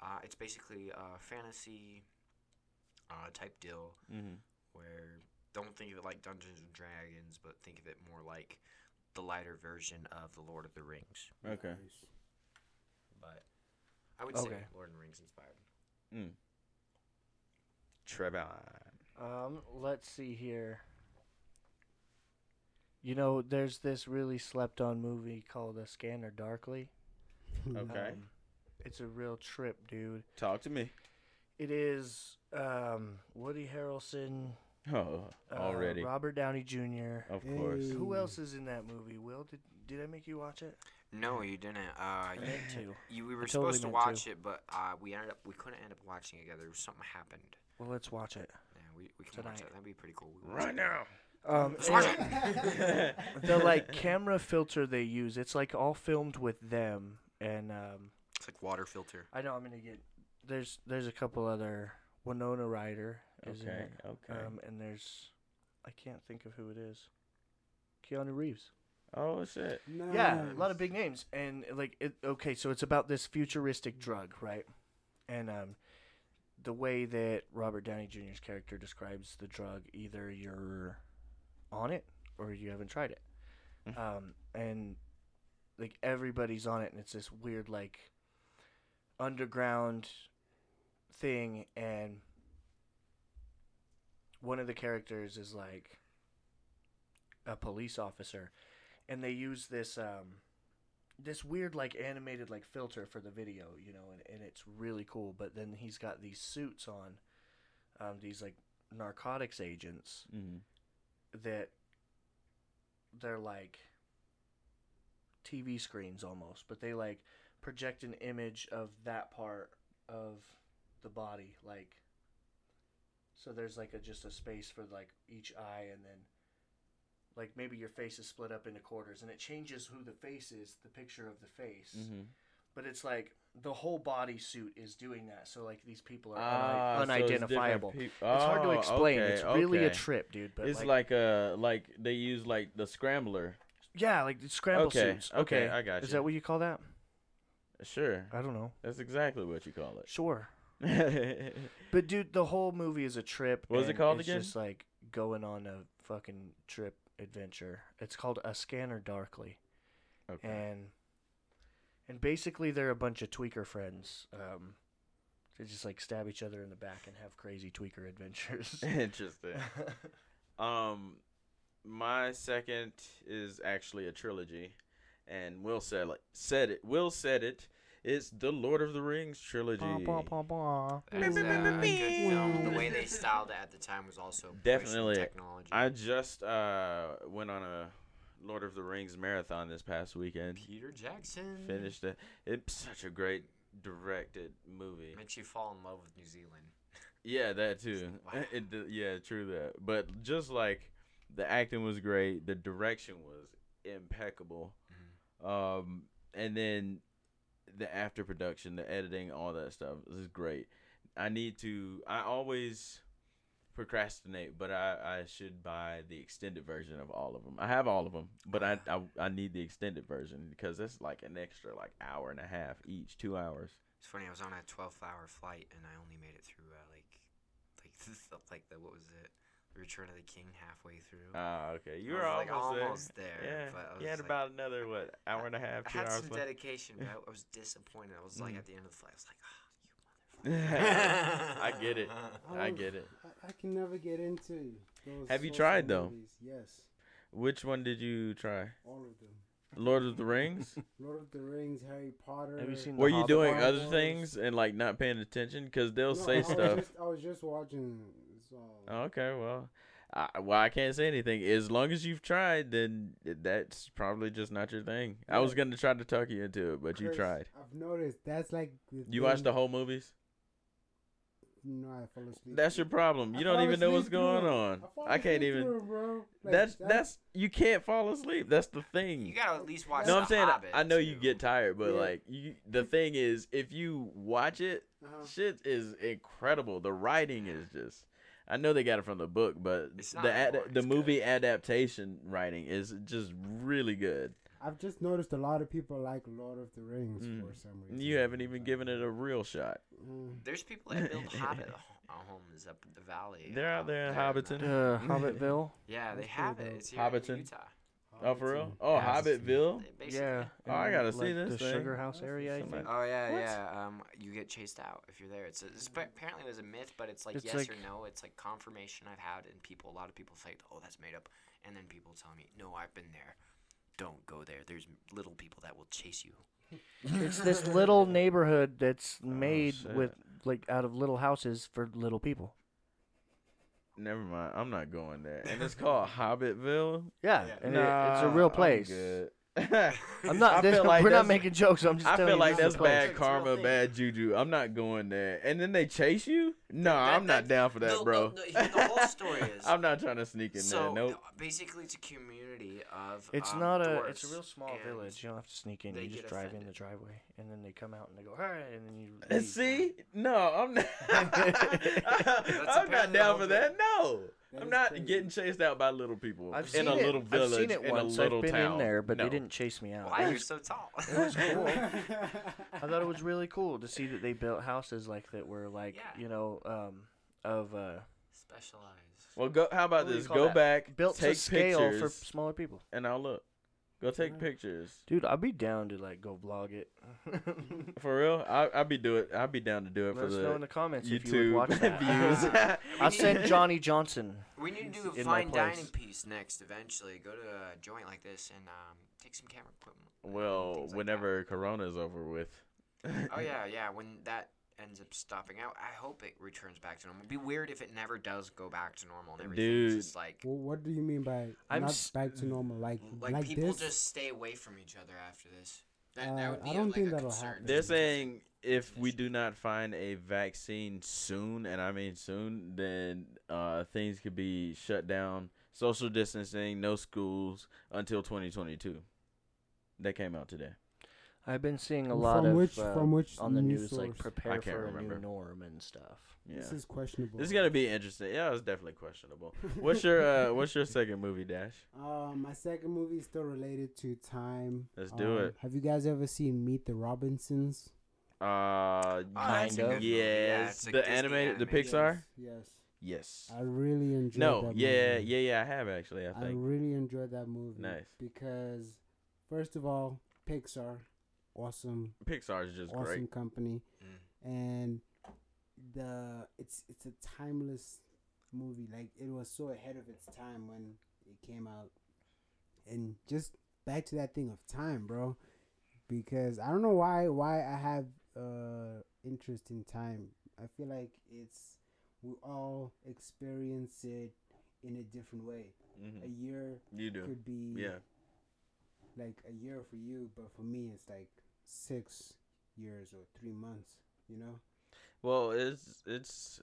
S3: uh, it's basically a fantasy uh, type deal
S1: Mm-hmm.
S3: where don't think of it like Dungeons and Dragons, but think of it more like the lighter version of the Lord of the Rings.
S1: Okay.
S2: Nice.
S3: But I would say
S4: Okay.
S3: Lord of the Rings inspired.
S1: Mm. Trevon.
S4: Um, let's see here. You know, there's this really slept on movie called A Scanner Darkly.
S1: Okay.
S4: Um, it's a real trip, dude.
S1: Talk to me.
S4: It is um, Woody Harrelson,
S1: Oh,
S4: uh,
S1: already.
S4: Robert Downey Jr.
S1: Of course.
S2: Hey.
S4: Who else is in that movie? Will did did I make you watch it?
S3: No, you didn't. Uh,
S4: I
S3: you,
S4: meant to.
S3: you, we were
S4: totally
S3: supposed to
S4: meant
S3: watch it, but uh, we ended up we couldn't end up watching it together. Something happened.
S4: Well, let's watch it.
S3: Yeah, we, we can watch
S4: Tonight.
S3: it. That'd be pretty cool. We watch
S1: Right
S3: it.
S1: now.
S4: Um,
S3: Let's watch
S4: and
S3: it.
S4: the like camera filter they use, it's like all filmed with them. And um,
S3: It's like water filter.
S4: I know I'm gonna get there's there's a couple other Winona Ryder is in
S1: Okay.
S4: it.
S1: Okay.
S4: Um, and there's I can't think of who it is. Keanu Reeves.
S1: oh shit.
S4: Yeah, a
S2: Nice.
S4: lot of big names, and like, it, okay, so it's about this futuristic drug, right? And um, the way that Robert Downey Jr.'s character describes the drug, either you're on it or you haven't tried it,
S1: Mhm.
S4: um, and like everybody's on it, and it's this weird like underground thing, and one of the characters is like a police officer and they use this um this weird like animated like filter for the video you know and, and it's really cool but then he's got these suits on um these like narcotics agents
S1: Mm.
S4: that they're like TV screens almost, but they like project an image of that part of the body, like so there's like a just a space for like each eye and then like maybe your face is split up into quarters and it changes who the face is, the picture of the face.
S1: Mm-hmm.
S4: But it's like the whole body suit is doing that. So like these people are
S1: Ah,
S4: uni-
S1: so it's different
S4: unidentifiable.
S1: peop-
S4: it's hard to
S1: Oh,
S4: explain.
S1: okay,
S4: it's really a
S1: okay.
S4: trip, dude. But
S1: it's
S4: like,
S1: like, uh like they use like the scrambler.
S4: Yeah, like the scramble
S1: Okay,
S4: suits.
S1: okay, I got
S4: Is
S1: you.
S4: that what you call that?
S1: Sure.
S4: I don't know.
S1: That's exactly what you call
S4: Sure.
S1: it.
S4: But dude, the whole movie is a trip.
S1: What was it
S4: and
S1: called
S4: it's
S1: again?
S4: just like going on a fucking trip adventure. It's called A Scanner Darkly,
S1: okay.
S4: and and basically they're a bunch of tweaker friends. Um, they just like stab each other in the back and have crazy tweaker adventures.
S1: Interesting. Um, my second is actually a trilogy, and Will said like said it. Will said it. It's the Lord of the Rings trilogy.
S4: Bah, bah, bah, bah.
S3: That's uh, a good film. The way they styled it at the time was also pushing
S1: Definitely.
S3: technology.
S1: I just uh went on a Lord of the Rings marathon this past weekend.
S3: Peter Jackson
S1: Finished it. It's such a great directed movie.
S3: makes you fall in love with New Zealand.
S1: Yeah, that too.
S3: Wow.
S1: It d- yeah, true that. But just like the acting was great, the direction was impeccable. Um, and then the after production, the editing, all that stuff is great. I need to. I always procrastinate, but I, I should buy the extended version of all of them. I have all of them, but I, I I need the extended version because that's like an extra like hour and a half each, two hours.
S3: It's funny. I was on a 12-hour flight and I only made it through uh, like, like the, like the what was it? The Return of the King halfway through.
S1: Ah, okay, you
S3: I
S1: were
S3: was, like,
S1: almost, there.
S3: almost there.
S1: Yeah,
S3: but I
S1: you had
S3: was, like-
S1: about another what hour and a half,
S3: I
S1: two
S3: had
S1: hours
S3: some
S1: left.
S3: dedication, but I, I was disappointed. I was like
S1: Mm.
S3: at the end of the flight, I was like, ah,
S1: I
S3: you motherfucker.
S1: get it. I
S2: don't-
S1: get it.
S2: I, I can never get into. Those
S1: Have you
S2: sorts of
S1: tried, though?
S2: movies. Yes,
S1: Which one did you try?
S2: all of them.
S1: Lord of the Rings.
S2: Lord of the Rings, Harry Potter.
S4: Have you seen?
S1: Were
S4: The
S1: you
S4: Hobbit?
S1: doing
S2: Star
S1: other
S2: Wars.
S1: things and like not paying attention? Because they'll
S2: No, I
S1: say
S2: was
S1: stuff. Oh,
S2: just- I was just watching. uh, so-
S1: Okay, well, I, well, I can't say anything. As long as you've tried, then that's probably just not your thing. I was
S2: Yeah.
S1: gonna try to talk you into it, but you
S2: Chris,
S1: tried.
S2: I've noticed that's like. The
S1: You watched
S2: thing-
S1: the whole movies.
S2: No, I fall asleep.
S1: That's your problem.
S2: I
S1: You don't
S2: fall
S1: even know what's
S2: asleep through
S1: going
S2: it.
S1: on.
S2: fall
S1: I can't
S2: asleep
S1: even.
S2: through it, bro. Like,
S1: That's that's you can't fall asleep. That's the
S3: You
S1: thing.
S3: gotta at least watch.
S1: No, I'm
S3: The
S1: saying
S3: Hobbit,
S1: I know you
S3: too.
S1: get tired, but
S2: Yeah.
S1: like you, the thing is, if you watch it,
S2: uh-huh.
S1: shit is incredible. The writing is just. I know they got it from the book, but
S3: It's not
S1: the ad-
S3: boring,
S1: the
S3: it's
S1: movie
S3: good.
S1: adaptation writing is just really good.
S2: I've just noticed a lot of people like Lord of the Rings
S1: Mm.
S2: for some reason.
S1: You haven't even given it a real shot.
S2: Mm.
S3: There's people that build Hobbit ho- homes up in the valley.
S1: They're out
S3: um,
S1: there in
S3: the-
S1: Hobbiton.
S4: Uh, Hobbitville.
S3: Yeah, they
S2: That's
S3: have
S2: pretty
S3: it.
S2: dope.
S3: It's here in
S1: Hobbiton.
S3: Utah.
S1: Oh, for real?
S2: Hobbiton.
S1: Oh,
S3: Yeah, it's-
S1: Hobbitville.
S3: They basically-
S4: Yeah.
S1: Oh, I
S4: and,
S1: gotta see this
S4: The
S1: thing.
S4: Sugar House area, I
S1: Something
S4: think.
S3: Oh yeah,
S4: What?
S3: yeah. Um, you get chased out if you're there. It's, a, it's but apparently it was a myth, but it's like
S4: It's
S3: yes or
S4: like-
S3: no. It's like confirmation I've had, and people. A lot of people say, "Oh, that's made up," and then people tell me, "No, I've been there. Don't go there. There's little people that will chase you."
S4: it's this little neighborhood that's
S1: Oh,
S4: made
S1: shit.
S4: with like out of little houses for little people.
S1: Never mind. I'm not going there. And it's called Hobbitville.
S4: Yeah,
S3: Yeah.
S4: and it, it's a real place.
S1: I'm,
S4: I'm,
S1: good. I
S4: not.
S1: I feel like
S4: we're not
S1: that's-
S4: making jokes. I'm just. telling
S1: feel
S4: you
S1: like
S4: it's a
S1: that's
S4: place.
S1: bad
S3: It's a real
S1: karma,
S3: thing.
S1: bad juju. I'm not going there. And then they chase you? No,
S3: that-
S1: I'm not
S3: that-
S1: down for
S3: no,
S1: that,
S3: no,
S1: bro.
S3: no, here- the whole story is-
S1: I'm not trying to sneak in
S3: So
S1: there. Nope.
S3: uh, basically, it's a community of.
S4: It's
S3: um,
S4: not a. It's a
S3: dwarfs,
S4: real small
S3: and
S4: village. You don't have to sneak in.
S3: they
S4: You
S3: get
S4: just drive in the
S3: offended.
S4: driveway, and then they come out and they go, "All right," and then you.
S1: And
S4: leave.
S1: See? No, I'm not. I'm not
S3: apparently
S1: down for
S3: all
S1: that. No.
S2: That
S1: I'm
S2: is
S1: not
S2: crazy.
S1: getting chased out by little people
S4: I've
S1: in
S4: seen
S1: a
S4: it.
S1: little village
S4: I've seen it
S1: in
S4: once.
S1: a little
S4: I've been
S1: town.
S4: in there, but
S1: no.
S4: they didn't chase me out.
S3: Why
S4: It
S3: you're
S4: was-
S3: so tall?
S4: I thought it was really cool to see that they built houses like that were like
S3: Yeah.
S4: you know um of uh
S3: Specialized.
S1: Well, go. How about
S4: What do you
S1: this?
S4: call
S1: Go
S4: that?
S1: back,
S4: built
S1: take
S4: to scale for
S1: pictures,
S4: smaller people.
S1: and I'll look. Go take
S2: Alright.
S1: pictures.
S4: Dude, I'd be down to like go vlog it.
S1: For real, I I'd be do it. I'd be down to do it
S4: Let
S1: for
S4: us know in
S1: the
S4: the comments if you would
S1: YouTube
S4: watch that.
S1: views.
S4: I'll send Johnny Johnson.
S3: We need to do a
S4: in my
S3: fine dining
S4: place.
S3: piece next. Eventually, go to a joint like this and um, take some camera equipment. and
S1: Well,
S3: things like
S1: whenever Corona's over with.
S3: that. Oh yeah, yeah. When that ends up stopping out, I hope it returns back to normal. It'd be weird if it never does go back to normal and everything. It's
S1: Dude.
S3: just like
S2: Well, what do you mean by
S4: I'm
S2: not
S4: s-
S2: back to normal? Like
S3: like,
S2: like,
S3: people
S2: this?
S3: just stay away from each other after this. That, that
S2: Uh,
S3: would
S2: I
S3: be
S2: don't
S3: like
S2: think
S3: a
S2: that'll
S3: concern.
S2: happen.
S1: They're saying if we do not find a vaccine soon, and I mean soon, then uh, things could be shut down, social distancing, no schools until 2022. That came out today.
S4: I've been seeing a
S2: From
S4: lot of
S2: which-
S4: uh,
S2: from which
S4: on the
S2: news
S4: news like
S2: source?
S4: prepare
S1: I can't
S4: for
S1: remember.
S4: a new norm and stuff.
S1: Yeah.
S2: This is questionable.
S1: This is gonna be interesting. Yeah, it's definitely questionable. What's your uh, What's your second movie, Dash?
S2: Uh, my second movie is still related to time.
S1: Let's do
S2: Um,
S1: it.
S2: Have you guys ever seen Meet the Robinsons?
S1: Uh,
S3: Oh, that's a
S4: Kind
S3: good
S4: of.
S3: movie. Yeah,
S1: yes,
S3: it's a
S1: the
S3: Disney
S1: animated, the
S3: animation.
S1: Pixar.
S2: Yes.
S1: Yes.
S2: I really enjoyed.
S1: No.
S2: That
S1: Yeah.
S2: movie.
S1: Yeah. Yeah. I have actually. I
S2: I
S1: think.
S2: really enjoyed that movie.
S1: Nice.
S2: Because, first of all, Pixar, awesome,
S1: Pixar is just
S2: awesome
S1: great.
S2: company,
S3: Mm.
S2: and the it's it's a timeless movie. Like it was so ahead of its time when it came out, and just back to that thing of time, bro. Because I don't know why why I have uh interest in time. I feel like it's we all experience it in a different way. A
S1: hmm
S2: year
S1: You do.
S2: could be
S1: Yeah.
S2: like a year for you, but for me it's like six years or three months. You know,
S1: Well, it's it's.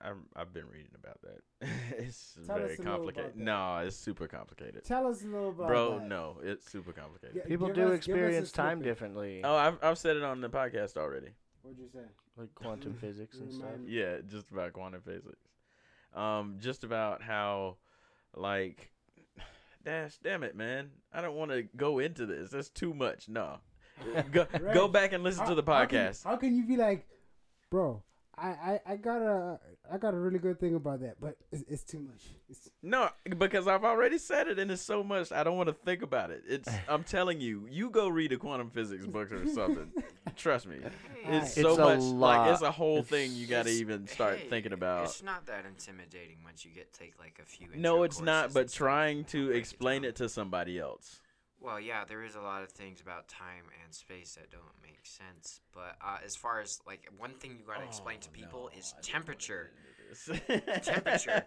S1: I'm, I've been reading about that. it's
S2: Tell us
S1: very
S2: a little
S1: complicated.
S2: about that.
S1: No, it's super complicated.
S2: tell us a little about
S1: Bro,
S2: that.
S1: no, it's super complicated.
S2: Yeah,
S4: People
S2: give
S4: do
S2: us- give us a
S4: experience time
S2: snippet.
S4: differently,
S1: Oh, I've I've said it on the podcast already.
S2: What'd you say?
S4: like quantum physics and stuff.
S2: Remind-
S1: Yeah, just about quantum physics. Um, just about how, like, dash, damn it, man, I don't want to go into this. That's too much. No, go go
S2: Right.
S1: back and listen to the podcast.
S2: How can, you be like, bro? I, I, I got a I got a really good thing about that, but it's, it's too much. It's,
S1: No, because I've already said it, and it's so much I don't want to think about it. It's I'm telling you, you go read a quantum physics book or something. Trust me,
S2: Alright.
S1: it's so
S4: It's a
S1: much like
S4: lot.
S1: it's a whole
S4: It's-
S1: thing you got to
S3: It's-
S1: even start
S3: hey,
S1: thinking about.
S3: It's not that intimidating once you get take like a few.
S1: No,
S3: intro
S1: it's not.
S3: courses
S1: But
S3: and stuff,
S1: trying
S3: and they'll
S1: to
S3: break
S1: explain
S3: down.
S1: it to somebody else.
S3: Well, yeah, there is a lot of things about time and space that don't make sense. But uh, as far as like one thing you gotta explain
S2: Oh,
S3: to people is temperature. Temperature.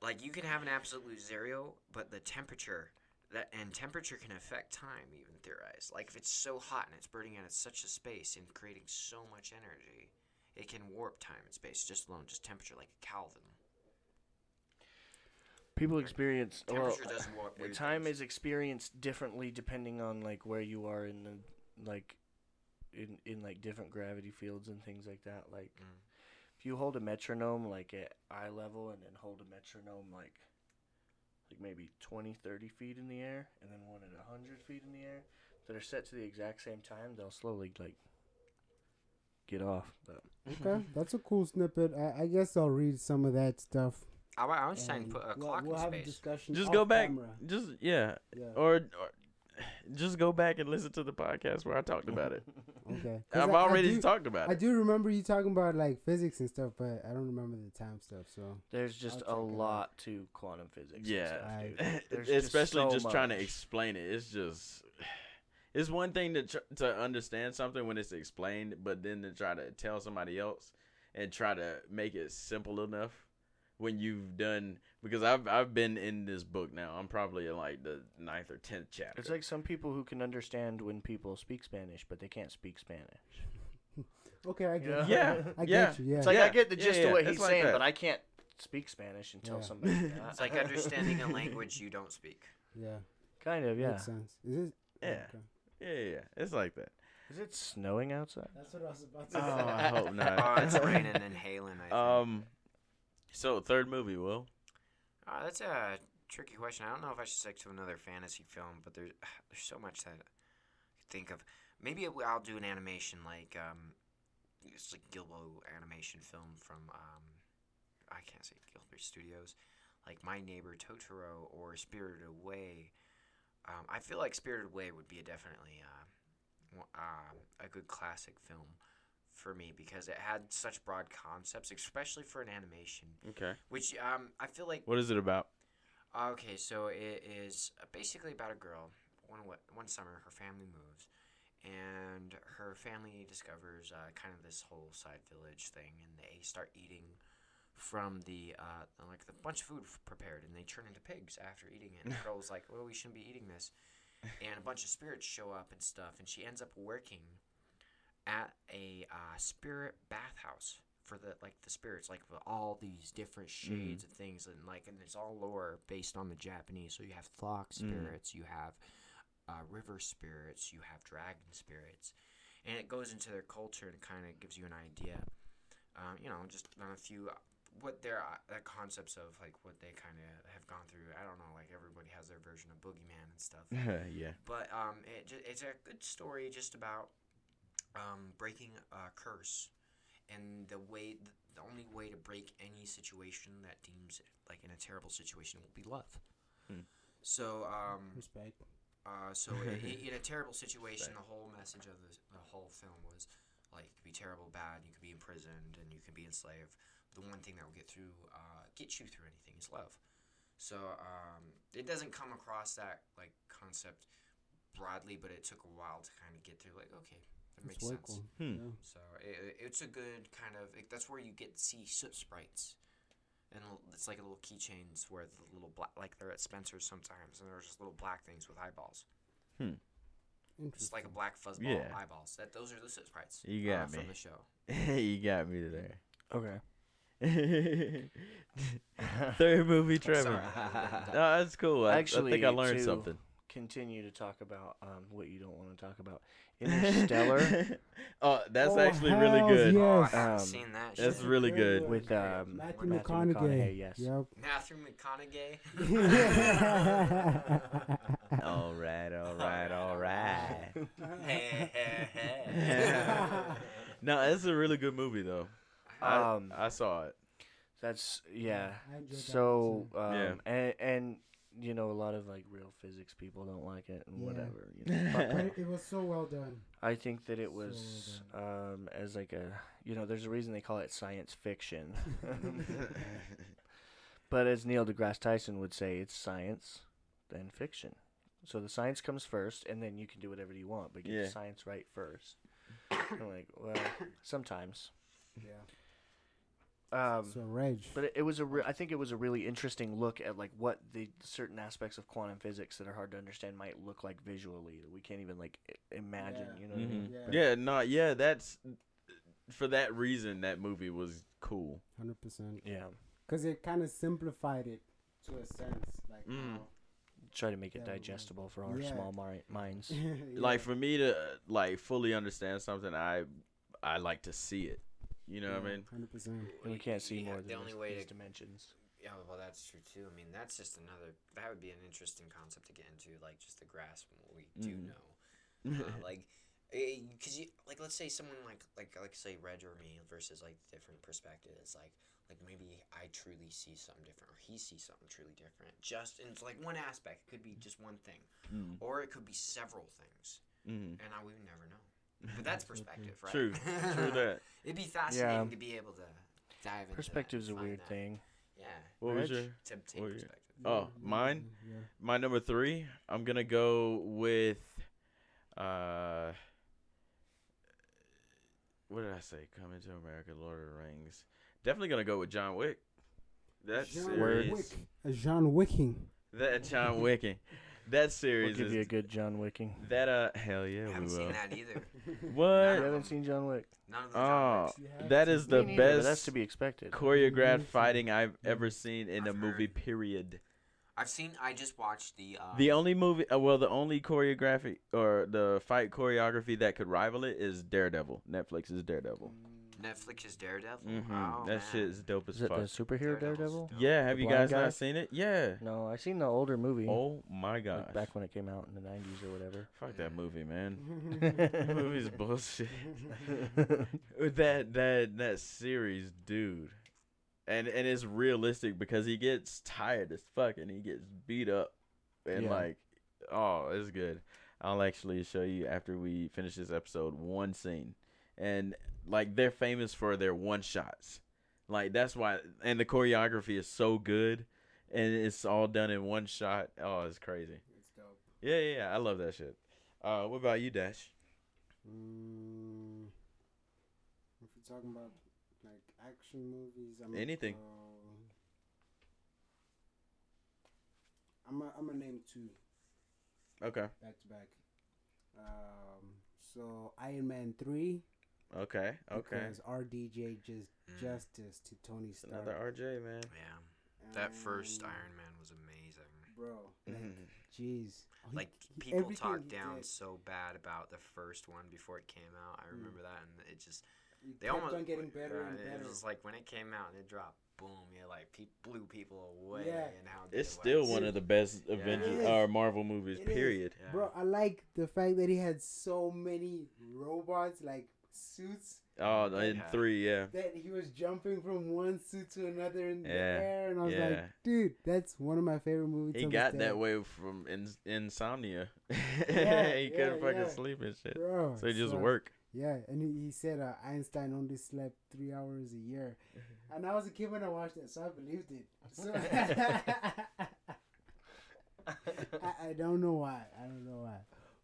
S3: Like you can have an absolute zero, but the temperature that and temperature can affect time. Even theorized. Like if it's so hot and it's burning out at such a space and creating so much energy, It can warp time and space, just alone, just temperature, like a Calvin.
S4: People experience well,
S3: Temperature doesn't warp.
S4: uh,
S3: weird
S4: time
S3: things.
S4: is experienced differently depending on like where you are in the like in in like different gravity fields and things like that. Like
S3: Mm.
S4: if you hold a metronome like at eye level and then hold a metronome like like maybe 20 30 feet in the air and then one at 100 feet in the air that are set to the exact same time they'll slowly like get off but
S2: Okay, that's a cool snippet. I, I guess I'll read some of that stuff.
S3: I, wa- I was saying
S2: and
S3: put a
S2: we'll,
S3: clock
S2: we'll
S3: in
S2: have a
S3: space.
S2: discussion.
S1: Just
S2: off
S1: go back. Oh.
S2: camera.
S1: Just yeah,
S2: Yeah.
S1: or, or just go back and listen to the podcast where I talked about it.
S2: Okay. 'Cause
S1: I've
S2: I- I
S1: already
S2: do-
S1: talked about
S2: I
S1: it.
S2: do remember you talking about like physics and stuff, but I don't remember the time stuff. So
S4: there's just
S2: check
S4: a
S2: it out.
S4: lot to quantum physics and
S1: uh, Yeah.
S4: stuff,
S2: I-
S4: dude. There's just
S1: Especially
S4: so
S1: just, trying to
S4: much.
S1: explain it. It's just it's one thing to tr- to understand something when it's explained, but then to try to tell somebody else and try to make it simple enough when you've done because I've I've been in this book now. I'm probably in like the ninth or tenth chapter.
S4: It's like some people who can understand when people speak Spanish, but they can't speak Spanish.
S2: okay, I get.
S4: Yeah.
S2: it.
S1: yeah,
S2: I
S1: yeah.
S2: get you. Yeah.
S4: It's like
S1: Yeah,
S4: I get the
S1: yeah,
S4: gist
S1: yeah,
S4: of what
S1: it's
S4: he's
S1: like
S4: saying,
S1: that.
S4: but I can't speak Spanish and tell
S2: Yeah.
S4: somebody. that.
S3: It's like understanding a language you don't speak.
S2: yeah.
S4: Kind of, yeah.
S2: Makes sense. Is it? oh,
S1: Yeah.
S2: okay.
S1: yeah, yeah, yeah. It's like that.
S4: Is it snowing outside?
S2: That's what I was about
S1: Oh, I hope not.
S3: Oh, it's raining and hailing. I think.
S1: Um, so third movie, Will.
S3: Uh, that's a tricky question. I don't know if I should stick to another fantasy film, but there's there's so much that I could think of. Maybe it, I'll do an animation like um, it's like Gilbo animation film from um, I can't say Gilbert Studios, like My Neighbor Totoro or Spirited Away. Um, I feel like Spirited Away would be a definitely uh, wa- uh, a good classic film for me because it had such broad concepts, especially for an animation.
S1: Okay.
S3: Which um, I feel like
S1: What is it about?
S3: Okay, so it is basically about a girl. One wa- one summer, her family moves, and her family discovers uh, kind of this whole side village thing, and they start eating from the uh, like the bunch of food f- prepared, and they turn into pigs after eating it. And the girl's like, "Well, we shouldn't be eating this," and a bunch of spirits show up and stuff, and she ends up working at a uh, spirit bathhouse for the like the spirits, like with all these different shades of things, and like and it's all lore based on the Japanese. So you have flock spirits, you have uh, river spirits, you have dragon spirits, and it goes into their culture and kind of gives you an idea. Um, you know, just on a few uh, what their uh, the concepts of like what they kind of have gone through. I don't know, like everybody has their version of boogeyman and stuff
S1: yeah.
S3: but um, it, ju- it's a good story just about um, breaking a curse and the way the only way to break any situation that deems it like in a terrible situation will be love
S1: Hmm.
S3: so um,
S2: Respect.
S3: uh, so i- i- in a terrible situation, the whole message of the, the whole film was like you could be terrible, bad, you could be imprisoned, and you can be enslaved. The one thing that will get through, uh, get you through anything is love. So um, it doesn't come across that like concept broadly, but it took a while to kind of get through. Like okay, that
S2: It's
S3: makes sense.
S2: local.
S1: Hmm.
S2: Yeah.
S3: So it, it's a good kind of it, that's where you get to see soot sprites, and l- it's like little keychains where the little black like they're at Spencer's sometimes, and there's just little black things with eyeballs,
S2: Interesting.
S3: just like a black fuzzball
S1: Yeah.
S3: eyeballs. That those are the soot sprites. uh,
S1: You got me.
S3: from the show.
S1: you got me there.
S4: Okay.
S1: Third movie, Trevor.
S3: Sorry.
S1: No, that's cool. I, I think I
S4: Actually,
S1: learned
S4: to-
S1: something.
S4: Continue to talk about um, what you don't want to talk about. Interstellar
S1: oh, that's
S2: Oh,
S1: actually really
S2: hells
S1: good.
S2: yeah.
S3: Oh, I
S2: Yes.
S3: haven't
S4: Um,
S3: seen that.
S1: That's
S3: shit.
S1: re- really good.
S4: with um,
S2: Matthew,
S3: Matthew
S2: McConaughey.
S4: yes.
S2: Yep.
S3: Matthew McConaughey.
S1: all right, all right, all right.
S3: Hey, hey, hey.
S1: no, it's a really good movie though. I,
S4: Um,
S1: I saw it.
S4: That's yeah.
S2: I enjoyed that one
S4: So
S2: too.
S4: um,
S1: Yeah.
S4: and and you know a lot of like real physics people don't like it and
S2: Yeah.
S4: whatever. You know, fuck
S2: But
S4: 'em.
S2: it, it was so well done.
S4: I think that it
S2: So
S4: was um, as like a you know there's a reason they call it science fiction, but as Neil deGrasse Tyson would say, it's science then fiction. So the science comes first, and then you can do whatever you want, but get
S1: Yeah.
S4: the science right first. I'm like, well, sometimes.
S2: Yeah.
S4: Um,
S2: So Reg.
S4: But it, it was a re- I think it was a really interesting look at like what the certain aspects of quantum physics that are hard to understand might look like visually that we can't even like i- imagine.
S2: Yeah.
S4: You know, what I mean?
S1: Mhm.
S2: Yeah.
S1: Yeah, no, yeah, that's for that reason, that movie was cool.
S2: Hundred percent.
S4: Yeah.
S2: Because it kind of simplified it to a sense, like.
S1: Mm.
S2: how-
S4: Try to make
S2: Yeah,
S4: it
S2: we will.
S4: digestible for our
S2: Yeah.
S4: small mi- minds.
S2: Yeah.
S1: Like for me to like fully understand something, I I like to see it. You know what I mean?
S2: Hundred percent.
S4: And we can't see
S3: Yeah,
S4: more
S3: the
S4: than
S3: only
S4: these-
S3: way
S4: these
S3: to-
S4: dimensions.
S3: Yeah, well, that's true too. I mean, that's just another. That would be an interesting concept to get into, like just the grasp of what we do
S1: Mhm.
S3: know. Uh, like, because you like, let's say someone like like like say Reg or me versus like different perspectives. Like, like maybe I truly see something different, or he sees something truly different. Just and it's like one aspect. It could be just one thing,
S1: mm,
S3: or it could be several things,
S1: mm.
S3: and I would never know. But that's perspective, right?
S1: True, True that.
S3: It'd be fascinating to be able to dive into.
S4: Perspective's a
S3: that, and find
S4: weird
S3: that.
S4: thing.
S3: Yeah,
S1: What was
S4: Reg?
S1: your
S3: to obtain
S1: Well, yeah.
S3: perspective.
S1: Oh, mine?
S2: Yeah.
S1: my number three? I'm gonna go with uh what did I say? Coming to America, Lord of the Rings. Definitely gonna go with John Wick. That
S2: John
S1: series
S2: Wick. A John Wicking.
S1: that uh, John Wick that
S4: We'll
S1: series
S4: give you a
S1: is
S4: good John Wicking.
S1: that uh hell
S3: I
S1: yeah we
S3: haven't seen
S1: will.
S3: that either.
S4: I
S1: What?
S4: haven't seen John Wick.
S3: None of the
S1: Oh,
S3: genres.
S2: You have
S1: that
S2: to.
S1: is the
S4: Me neither, but
S1: best
S4: That's to be expected.
S1: choreographed
S2: Mhm.
S1: fighting I've ever seen in a
S3: I've
S1: movie.
S3: heard.
S1: Period.
S3: I've seen. I just watched the. Uh,
S1: The only movie, uh, well, the only choreography or the fight choreography that could rival it is Daredevil. Netflix's Daredevil.
S3: Netflix is Daredevil.
S1: hmm
S3: Oh,
S1: that shit
S3: man.
S1: is dope as
S4: Is it the
S1: fuck.
S4: superhero
S3: Daredevil's
S4: Daredevil?
S3: dope.
S1: Yeah, have
S4: the
S1: you
S4: blind
S1: guys
S4: guy?
S1: not seen it? Yeah.
S4: No, I seen the older movie.
S1: Oh my gosh.
S4: like, back when it came out in the '90s or whatever.
S1: Fuck that movie, man. that movie's
S4: Movies.
S1: bullshit. Uh, that that that series, dude. And and it's realistic because he gets tired as fuck and he gets beat up and
S4: Yeah.
S1: like oh, it's good. I'll actually show you after we finish this episode one scene. And like they're famous for their one shots. Like that's why and the choreography is so good and it's all done in one shot. Oh, it's crazy.
S2: It's dope.
S1: Yeah, yeah, yeah. I love that shit. Uh what about you, Dash?
S2: Mm, if you're talking about like action movies, I'm
S1: Anything.
S2: I'm a, I'm gonna name two
S1: Okay.
S2: back to back. Um, so Iron Man three.
S1: Okay. Okay.
S2: Because RDJ just
S3: Mm.
S2: justice to Tony Stark.
S1: Another RJ, man.
S3: Yeah, that first
S2: And,
S3: Iron Man was amazing.
S2: Bro, like,
S1: Mhm.
S2: jeez. Oh, he-
S3: Like
S2: he-
S3: people
S2: everything
S3: talked
S2: he
S3: down
S2: did,
S3: so bad about the first one before it came out. I remember that, and it just
S2: he
S3: they
S2: kept
S3: almost
S2: on getting better
S3: uh,
S2: and better.
S3: It was like when it came out and it dropped, boom! Yeah, like pe- blew people away.
S2: Yeah.
S3: And how good
S1: It's
S3: it
S1: still
S3: was.
S1: one of the best Avengers
S2: is.
S1: or Marvel movies.
S2: It is.
S1: Period.
S3: Yeah.
S2: Bro, I like the fact that he had so many robots, like suits,
S1: Oh, the- in
S3: Yeah.
S1: three, yeah.
S2: that he was jumping from one suit to another in the
S1: Yeah,
S2: air. And I was like,
S1: yeah.
S2: dude, that's one of my favorite movies.
S1: He
S2: to
S1: got
S2: this day.
S1: that way from in, insomnia.
S2: Yeah,
S1: he
S2: yeah,
S1: couldn't fucking
S2: yeah.
S1: sleep and shit.
S2: Bro,
S1: So he just
S2: so-
S1: work.
S2: Yeah, and he, he said uh, Einstein only slept three hours a year. And I was a kid when I watched that, so I believed it. So I, I don't know why. I don't know why.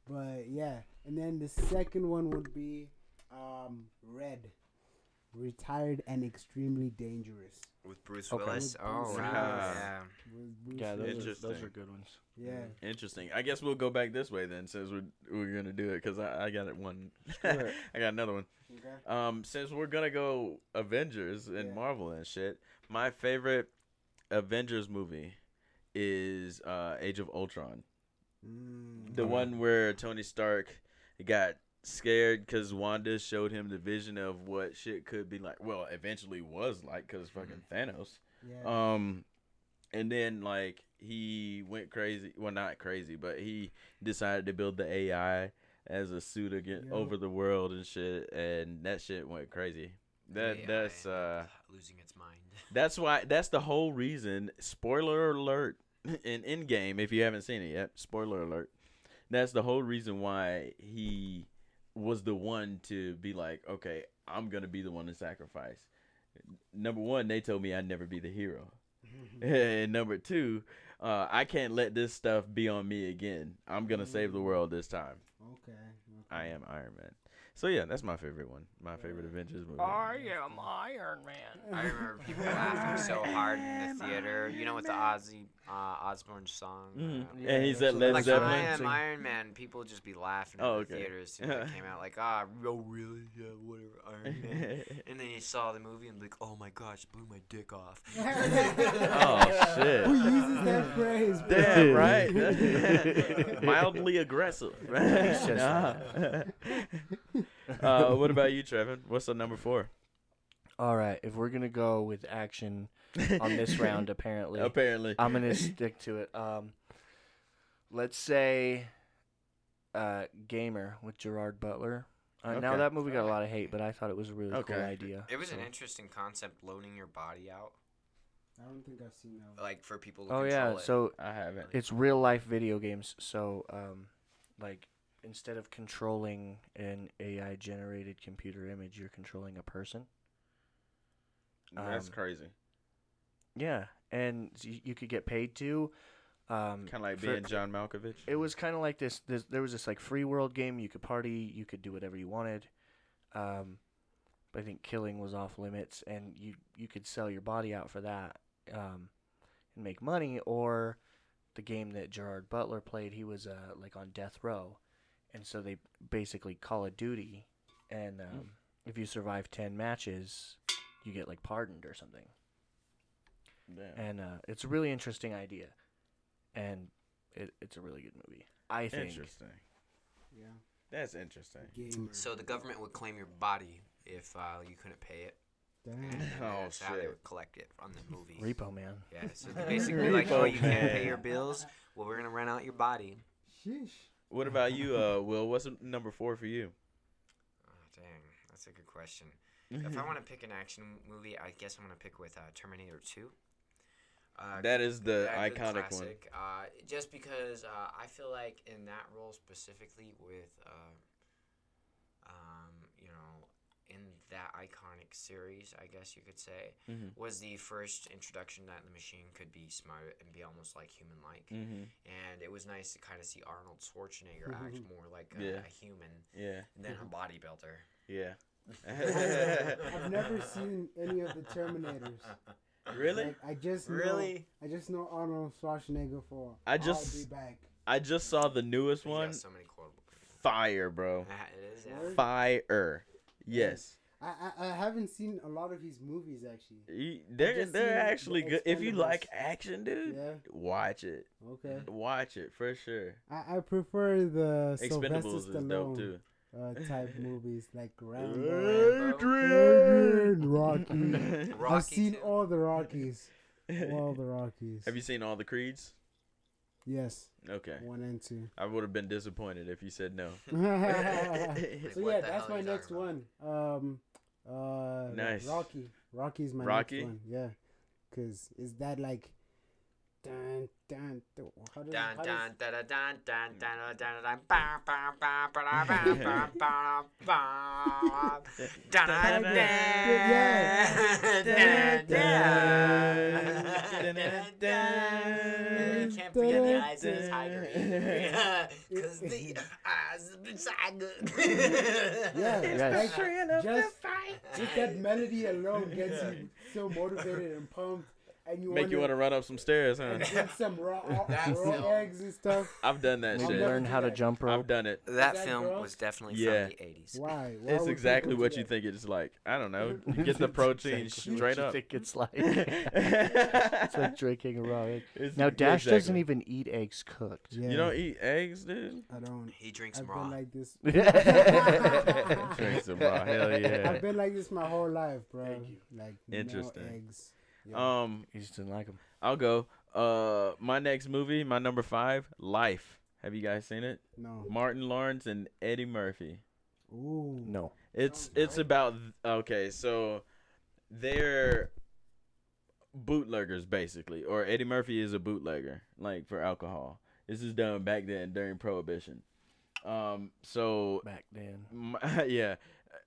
S2: But yeah. And then the second one would be um, Red. Retired and extremely dangerous.
S3: with Bruce
S4: Okay.
S3: Willis.
S2: With
S3: Oh
S2: Bruce
S3: wow!
S1: Willis.
S3: Yeah.
S2: With Bruce
S4: Yeah,
S2: Willis.
S4: those are, those
S1: Interesting.
S4: are good ones.
S2: yeah.
S1: Interesting. I guess we'll go back this way then, since we're we're gonna do it, cause I, I got it one.
S4: it.
S1: I got another one.
S2: Okay.
S1: Um, since we're gonna go Avengers and
S2: Yeah.
S1: Marvel and shit, my favorite Avengers movie is uh, Age of Ultron.
S2: Mm.
S1: The
S4: Okay.
S1: one where Tony Stark got scared because Wanda showed him the vision of what shit could be like. Well, eventually was like because fucking Thanos.
S2: Yeah.
S1: Um, and then like he went crazy. Well, not crazy, but he decided to build the AI as a suit again
S2: Yup.
S1: over the world and shit. And that shit went crazy. That
S3: AI
S1: that's uh
S3: losing its mind.
S1: that's why that's the whole reason. Spoiler alert in Endgame, if you haven't seen it yet. Spoiler alert. That's the whole reason why he was the one to be like, okay, I'm gonna be the one to sacrifice. Number one, they told me I'd never be the hero, and number two, uh, I can't let this stuff be on me again. I'm gonna save the world this time.
S2: okay.
S1: I am Iron Man. So yeah, that's my favorite one. My favorite Avengers movie.
S3: Oh,
S4: am Iron Man.
S3: I remember people laughing so hard in the theater. You know, with the Ozzy uh, Osbourne song.
S1: Mhm.
S3: uh,
S4: Yeah,
S1: and he's at
S4: actually,
S1: Led
S3: like
S1: Zeppelin.
S3: I am
S4: Sing.
S3: Iron Man, people would just be laughing
S1: Oh,
S3: in the
S1: okay.
S3: theater as soon as it came out. Like, ah, oh really? Yeah, whatever, Iron Man. and then you saw the movie and like, oh my gosh, blew my dick off.
S1: oh shit.
S2: Who uses that phrase? bro?
S1: Damn right. Mildly aggressive.
S4: says
S1: Nah. uh, what about you, Trevin? What's the number four?
S4: All right, if we're gonna go with action on this round, apparently,
S1: Apparently.
S4: I'm gonna stick to it. Um, let's say, uh, Gamer with Gerard Butler. Uh, Now
S1: Okay.
S4: that movie got a lot of hate, but I thought it was a really
S1: Okay.
S4: cool idea.
S3: It was an
S4: so-
S3: interesting concept, loaning your body out,
S2: I don't think I've seen that. One.
S3: like for people to
S4: Oh
S3: control
S4: yeah,
S3: it.
S4: so
S1: I haven't.
S4: it's real life video games. So, um, like instead of controlling an AI generated computer image, you're controlling a person.
S1: That's
S4: um,
S1: crazy.
S4: Yeah, and you, you could get paid to. Um,
S1: Kind of like
S4: for-
S1: being John Malkovich.
S4: It was kind of like this, this. There was this like free world game. You could party. You could do whatever you wanted. Um, but I think killing was off limits, and you you could sell your body out for that, um, and make money. Or the game that Gerard Butler played, he was uh like on death row, and so they basically Call of Duty, and um, if you survive ten matches, you get like pardoned or something
S1: Damn.
S4: and uh, it's a really interesting idea, and it, it's a really good movie. I think.
S1: Interesting.
S2: Yeah.
S1: That's interesting.
S2: Gamer.
S3: So the government would claim your body if uh, you couldn't pay it. And
S2: Damn.
S3: then
S1: Oh,
S3: that's how they
S1: shit.
S3: would collect it from the movie.
S4: Repo Man.
S3: Yeah, so they basically like, oh,
S1: Repo
S3: you can't
S1: Man.
S3: pay your bills. Well, we're gonna rent out your body.
S2: Sheesh.
S1: What about you, uh, Will? What's the number four for you?
S3: Oh, dang, that's a good question. If
S1: Mm-hmm.
S3: I want to pick an action movie, I guess I'm gonna pick with uh, Terminator Two. Uh,
S1: that is the
S3: Back to the
S1: iconic one.
S3: classic, Uh, just because uh, I feel like in that role specifically, with uh, um, you know, in that iconic series, I guess you could say,
S1: Mhm.
S3: was the first introduction that the machine could be smart and be almost like human-like,
S1: hmm
S3: and it was nice to kind of see Arnold Schwarzenegger act more like a,
S1: Mm-hmm. Yeah.
S3: a human
S1: Yeah.
S3: than a bodybuilder.
S1: Yeah.
S2: I've never seen any of the Terminators.
S1: really?
S2: Like, I just know,
S3: Really?
S2: I just know Arnold Schwarzenegger for.
S1: I
S2: I'll be
S1: just-
S2: back.
S1: I just saw the newest
S3: He's got
S1: one. Oh.
S3: so many quotable.
S1: Fire, bro.
S3: It is. Yeah.
S2: Word.
S1: Fire. Yes.
S2: I, I I haven't seen a lot of his movies actually.
S1: You- They're
S2: just
S1: they're
S2: seen the
S1: actually good. If you
S2: Expendables.
S1: like action, dude,
S2: Yeah.
S1: watch it.
S2: Okay.
S1: Watch it for sure.
S2: I, I prefer the
S1: Expendables
S2: Sylvester
S1: is dope
S2: Stallone
S1: too.
S2: uh, type movies like Rambo,
S1: Adrian!
S2: Adrian, Rocky. I've
S3: Rocky
S2: seen
S3: too.
S2: all the Rockies, all the Rockies.
S1: Have you seen all the creeds?
S2: Yes,
S1: Okay.
S2: one and two.
S1: I would have been disappointed if you said no.
S2: so
S3: what the
S2: yeah, that's
S3: hell
S2: my
S3: you talking
S2: next
S3: about?
S2: one. Um, uh,
S1: Nice.
S2: Rocky. Rocky's my
S1: Rocky?
S2: next one. Yeah, because is that like, dun dun? dun- How does,
S3: Dun,
S2: how does-
S3: dun, da, da, dun, dun, dun, da, da, dun, ba, ba, ba, ba, da, ba, ba, ba, ba. Dun, dun, dun,
S2: Yeah.
S3: dun, dun,
S1: Dun, dun,
S3: dun,
S1: dun,
S3: dun. Can't forget the eyes of the
S1: dun,
S3: tiger
S1: dun.
S3: either. 'Cause the eyes of the tiger.
S2: Yeah,
S4: Yes.
S2: like, just
S3: Fight.
S2: just that melody alone gets you so motivated and pumped, and you
S1: Make you want to run up some stairs, huh?
S2: and eat some raw,
S3: That's
S2: raw
S3: it.
S2: eggs and stuff.
S1: I've done that
S4: Maybe
S2: I'll
S1: shit.
S2: never
S4: learn how to
S2: do that.
S4: jump rope.
S1: I've done it.
S3: That
S2: that
S3: film
S2: gross?
S3: was definitely
S1: Yeah.
S3: from the 80s.
S2: Why? Why
S1: It's
S2: would
S1: exactly
S2: people
S1: what
S2: do
S1: you
S2: that?
S1: think it's like. I don't know. You get the protein
S4: Exactly what
S1: straight
S4: you
S1: up.
S4: think it's like.
S1: it's
S4: it's like drinking a raw egg.
S1: It's-
S4: Now
S1: yeah,
S4: Dash doesn't
S1: exactly.
S4: even eat eggs cooked.
S2: Yeah,
S1: You don't eat eggs, dude.
S2: I don't.
S3: He drinks
S2: I've
S3: raw.
S2: been like this.
S1: Drink some raw. Hell yeah.
S2: I've been like this my whole life, bro.
S4: Thank you.
S2: Like
S1: Interesting.
S2: No eggs.
S1: Um,
S4: He just didn't like them.
S1: I'll go. Uh, my next movie, my number five, Life. Have you guys seen it?
S2: No.
S1: Martin Lawrence and Eddie Murphy.
S2: Ooh.
S4: No.
S1: It's
S4: Oh,
S3: no.
S1: it's about okay, so they're bootleggers basically, or Eddie Murphy is a bootlegger, like for alcohol. This is done back then during Prohibition. Um, so
S4: Back then.
S1: M- yeah.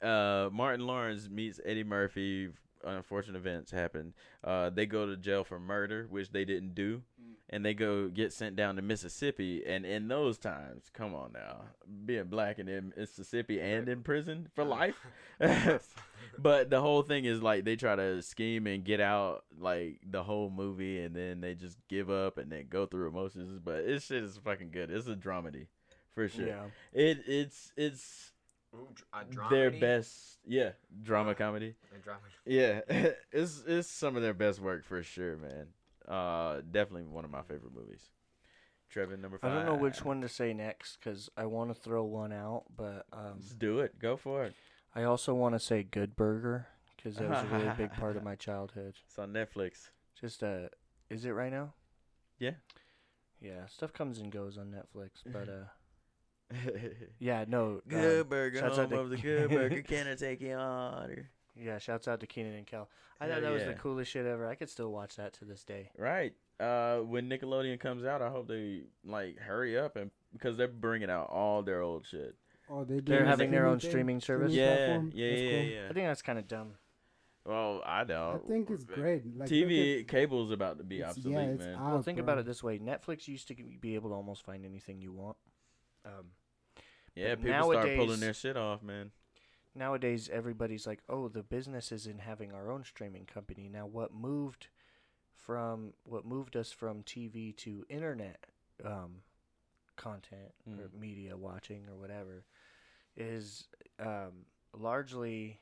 S1: Uh, Martin Lawrence meets Eddie Murphy. Unfortunate events happen. Uh, they go to jail for murder, which they didn't do, and they go get sent down to Mississippi. And in those times, come on now, being black and in Mississippi and in prison for life. but the whole thing is like they try to scheme and get out like the whole movie, and then they just give up and then go through emotions. But this shit is fucking good. It's a dramedy for sure.
S4: Yeah.
S1: It it's it's
S3: Ooh, dr- uh, a
S1: their
S3: dramedy?
S1: best. Yeah, drama
S3: Uh.
S1: comedy.
S3: A drama-
S1: Yeah, it's it's some of their best work for sure, man. Uh, definitely one of my favorite movies. Trevin number
S4: I
S1: five.
S4: don't know which one to say next because I want to throw one out, but um,
S1: Let's do it. Go for it.
S4: I also want to say Good Burger because that was a really big part of my childhood.
S1: It's on Netflix.
S4: Just uh, is it right now?
S1: Yeah.
S4: Yeah, stuff comes and goes on Netflix, but uh, yeah, no. um,
S1: good burger,
S4: shouts
S1: home
S4: out to-
S1: of the good burger. Can I take your order?
S4: yeah, shouts out to Keenan and Cal. I
S1: Hell
S4: thought that was
S1: yeah.
S4: the coolest shit ever. I could still watch that to this day.
S1: Right. Uh, when Nickelodeon comes out, I hope they like hurry up and because they're bringing out all their old shit.
S2: Oh, they
S4: They're
S2: doing
S4: having their own
S2: thing?
S4: streaming service.
S2: Streaming
S1: Yeah,
S2: platform?
S1: yeah,
S2: That's
S1: yeah, Oh,
S2: cool.
S1: yeah.
S4: I think that's kind of dumb.
S1: Well, I don't.
S2: I think it's great. Like,
S1: TV
S2: look at-
S1: cable's about to be
S2: it's-
S1: obsolete,
S2: yeah, it's
S1: man.
S2: out,
S4: well, think
S2: Oh, bro.
S4: about it this way: Netflix used to g- be able to almost find anything you want. Um,
S1: yeah,
S4: but
S1: people start pulling
S4: nowadays-
S1: their shit off, man.
S4: nowadays everybody's like, oh, the business is in having our own streaming company. Now, what moved from what moved us from TV to internet um, content or
S1: Mm.
S4: media watching or whatever is um, largely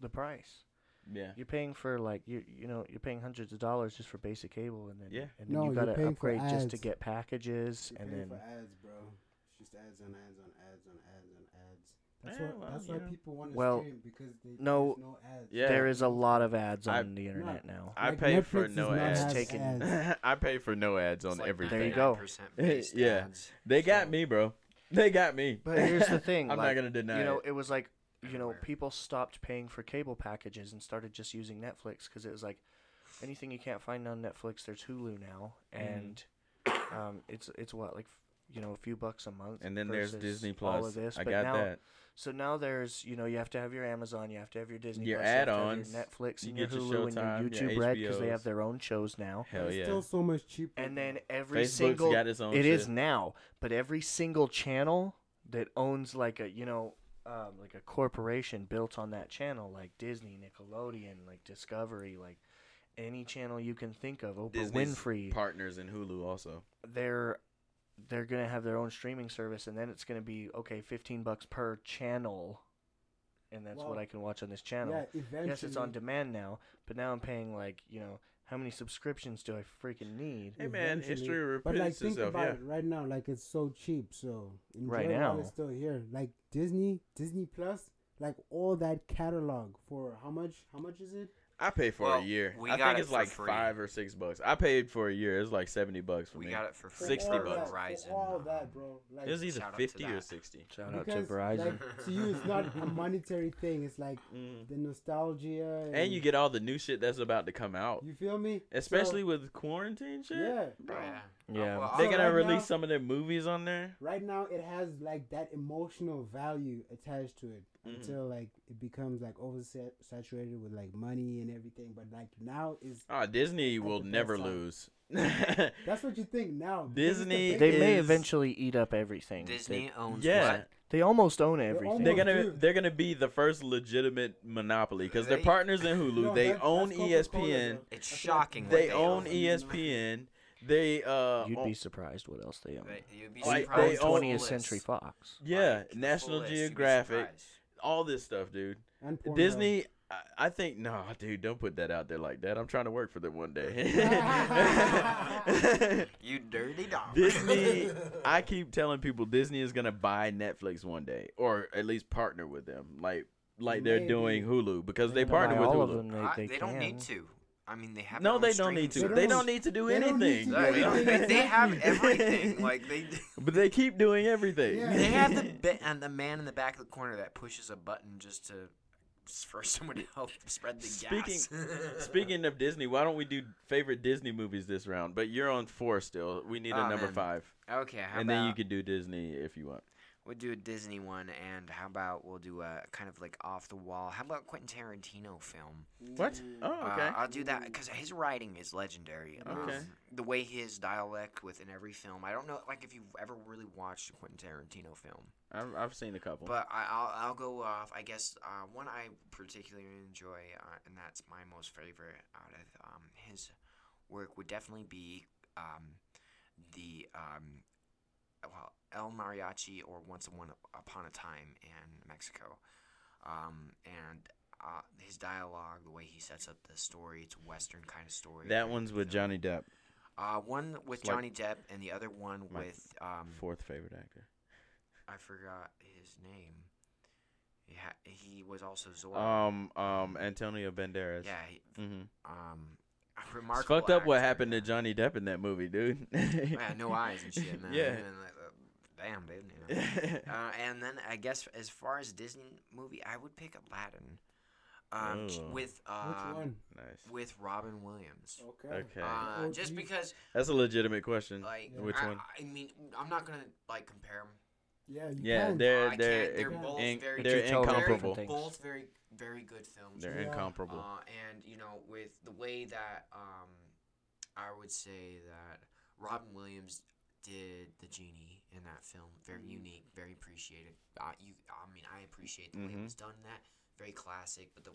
S4: the price.
S1: Yeah.
S4: You're paying for like you you know you're paying hundreds of dollars just for basic cable, and then
S1: Yeah.
S4: and then
S2: No,
S4: you
S2: you're
S4: gotta
S2: paying for
S4: upgrade just to
S2: ads.
S4: get packages,
S2: You're
S4: and then
S2: paying for ads, bro. It's just ads on ads on ads on ads on ads. That's
S1: Eh,
S2: why.
S1: well,
S2: that's
S1: you
S2: why
S1: know.
S2: people want to
S4: Well,
S2: stream because they,
S4: no-
S2: there's no ads.
S1: Yeah.
S4: there is a lot of ads on
S1: I-
S4: the internet now.
S1: I
S2: Like,
S1: pay for
S2: Netflix does
S1: no
S2: not
S1: ads.
S2: have
S4: Taken-
S2: ads.
S1: I pay for no ads
S3: It's
S1: on
S3: like
S1: everything.
S4: There you go.
S3: 99% based
S1: Yeah.
S3: ads.
S1: They got
S3: So-
S1: me, bro. They got me.
S4: But here's the thing,
S1: I'm not
S4: like,
S1: gonna deny
S4: you know,
S1: it.
S4: it was like, you know,
S3: Everywhere.
S4: people stopped paying for cable packages and started just using Netflix because it was like anything you can't find on Netflix, there's Hulu now,
S1: Mm-hmm.
S4: and um, it's it's what like you know a few bucks a month.
S1: And then there's
S4: versus
S1: Disney
S4: all
S1: Plus.
S4: of this,
S1: I
S4: but
S1: got
S4: now,
S1: that.
S4: So now there's you know you have to have your Amazon, you have to have your Disney,
S1: Your
S4: Plus, you have to have
S1: add-ons,
S4: your Netflix,
S1: you
S4: and
S1: get
S4: your
S1: your
S4: Hulu and
S1: Showtime,
S4: your
S1: your
S4: YouTube Red because they
S1: HBOs.
S4: have their own shows now.
S1: Hell
S2: it's
S1: yeah.
S2: still so much cheaper.
S4: And then every
S1: Facebook's
S4: single
S1: got its own.
S4: it is
S1: shit.
S4: now but every single channel that owns like a you know um, like a corporation built on that channel like disney nickelodeon like discovery like any channel you can think of oprah
S1: Disney's
S4: winfrey
S1: partners in Hulu also.
S4: they're they're gonna have their own streaming service and then it's gonna be okay 15 bucks per channel and that's what
S2: Well,
S4: i can watch on this channel
S2: yeah, eventually.
S4: yes it's on demand now but now i'm paying like you know how many subscriptions do i freaking need
S1: Hey, man,
S2: eventually.
S1: history
S2: But like,
S1: repeats
S2: think
S1: itself,
S2: about
S1: yeah.
S2: it right now. Like, it's so cheap. So enjoy
S4: Right
S2: while
S4: now.
S2: it's still here. Like Disney, Disney Plus, like all that catalog for how much? How much is it?
S1: I pay for
S3: Well,
S1: a year.
S3: we
S1: I
S3: got
S1: think
S3: it
S1: it's
S3: for
S1: like
S3: free.
S1: five or six bucks. I paid for a year. It's like seventy bucks for
S3: We
S1: me.
S3: got it for
S2: For
S3: free.
S1: 60
S2: all
S3: on
S1: bucks.
S2: that-
S3: Verizon,
S2: For all
S3: um,
S2: that, bro. Like,
S1: It was either
S3: Shout out to
S1: fifty or
S3: that.
S1: sixty.
S4: shout out
S2: because
S4: to verizon
S2: like, to you, it's not a monetary thing. It's like the nostalgia. And,
S1: Mm. And you get all the new shit that's about to come out,
S2: You feel me?
S1: especially
S2: So,
S1: with quarantine shit.
S2: yeah.
S1: bro.
S3: Yeah.
S4: Yeah.
S3: Oh, well,
S1: They're
S2: So
S3: I'll-
S1: gonna
S2: right
S1: release
S2: now-
S1: some of their movies on there.
S2: Right now, it has like that emotional value attached to it
S1: Mhm.
S2: until like it becomes like oversaturated with like money and everything. But like now is
S1: Ah, Disney
S2: At
S1: will
S2: the best
S1: never
S2: time.
S1: lose.
S2: that's what you think now. because it's the
S1: Disney-
S2: big-
S4: They may
S1: is-
S4: eventually eat up everything.
S3: Disney owns
S1: yeah,
S3: what?
S4: They, they almost own everything.
S1: they're
S2: almost-
S1: gonna
S2: dude.
S1: they're gonna be the first legitimate monopoly because they're
S3: They-
S1: partners in Hulu.
S2: No,
S1: they
S2: that- that's
S1: own E
S2: Coca-Cola,
S1: ESPN.
S2: bro.
S3: It's
S2: That's like-
S3: shocking. what
S1: They
S3: they
S1: own E
S3: own.
S1: ESPN. They uh,
S4: You'd
S1: own-
S4: be surprised what else they own.
S3: They- You'd be
S1: Like,
S3: surprised
S1: they
S3: the full
S1: own-
S4: 20th
S3: list.
S4: Century Fox.
S1: yeah,
S3: Like, the full
S1: National
S3: list, you'd be
S1: Geographic,
S3: surprised.
S1: all this stuff, dude.
S2: And Pornhub.
S1: Disney, I, I think no, dude, don't put that out there like that. I'm trying to work for them one day.
S3: You dirty dog.
S1: Disney, I keep telling people Disney is gonna buy Netflix one day, or at least partner with them, like like they're
S2: Maybe.
S1: doing Hulu because they
S4: They're
S1: partner
S4: gonna buy
S1: with
S4: all of
S1: Hulu.
S4: them
S3: I-
S4: that
S3: they,
S4: they,
S3: don't
S4: can.
S3: need to. I mean, they have.
S1: No,
S3: their
S1: they
S3: own
S1: don't need to.
S3: streaming
S1: They
S2: service.
S1: don't need to do
S2: They don't need
S1: anything.
S2: to do
S3: service.
S2: Yeah,
S3: They, they,
S2: anything.
S3: they have everything. Like they,
S1: But they keep doing everything.
S2: Yeah.
S3: they have the be- and the man in the back of the corner that pushes a button just to for someone to help spread the gas.
S1: Speaking- Speaking of Disney, why don't we do favorite Disney movies this round? But you're on four still. We need a
S3: Aw,
S1: number
S3: man.
S1: five,
S3: okay, how
S1: and
S3: about
S1: then you can do Disney if you want.
S3: We'll do a Disney one, and how about we'll do a kind of like off the wall. How about Quentin Tarantino film?
S4: What?
S1: Oh,
S3: Uh,
S1: okay.
S3: I'll do that because his writing is legendary.
S1: Okay.
S3: Um, the way his dialect within every film. I don't know, like if you've ever really watched a Quentin Tarantino film,
S1: I've, I've seen a couple.
S3: but I, I'll I'll go off. I guess uh, one I particularly enjoy, uh, and that's my most favorite out of um, his work, would definitely be um, the um, well El Mariachi or Once Upon Upon a Time in Mexico, um, and. Uh, his dialogue, the way he sets up the story, it's a western kind of story.
S1: that
S3: right?
S1: one's with
S3: So-
S1: Johnny Depp,
S3: uh, one with
S1: It's like-
S3: Johnny Depp and the other one
S1: My-
S3: with um,
S1: fourth favorite actor.
S3: I forgot his name. Yeah, he was also Zorro.
S1: Um, um, Antonio Banderas.
S3: yeah, he,
S1: Mhm.
S3: um, a
S1: It's
S3: remarkable.
S1: fucked up what
S3: actor,
S1: happened to
S3: yeah.
S1: Johnny Depp in that movie, dude.
S3: Yeah, no eyes and shit, man.
S1: Yeah.
S3: And like, uh, damn, dude. You know? uh, and then I guess as far as Disney movie, I would pick Aladdin, um, j-
S1: Ooh.
S3: with
S2: Which
S3: um,
S2: one?
S1: nice.
S3: with Robin Williams.
S2: Okay.
S1: Okay.
S3: Uh,
S2: Oh,
S3: just
S2: geez.
S3: because,
S1: That's a legitimate question.
S3: like,
S1: Which
S3: I,
S1: one?
S3: I mean, I'm not gonna like compare 'em.
S2: Yeah. You
S1: Yeah,
S2: can.
S1: they're
S3: oh, I
S1: they're
S3: can't, they're
S1: inc-
S3: both
S1: inc-
S3: very
S1: they're
S4: different. Totally different
S1: incomparable.
S4: things.
S3: Both very, very good films.
S1: They're
S2: Yeah.
S1: incomparable.
S3: Uh, and you know, with the way that um, I would say that Robin Williams did the genie in that film, very unique, very appreciated. Uh, you, I mean, I appreciate the way
S1: Mhm.
S3: it was done. in That very classic, but the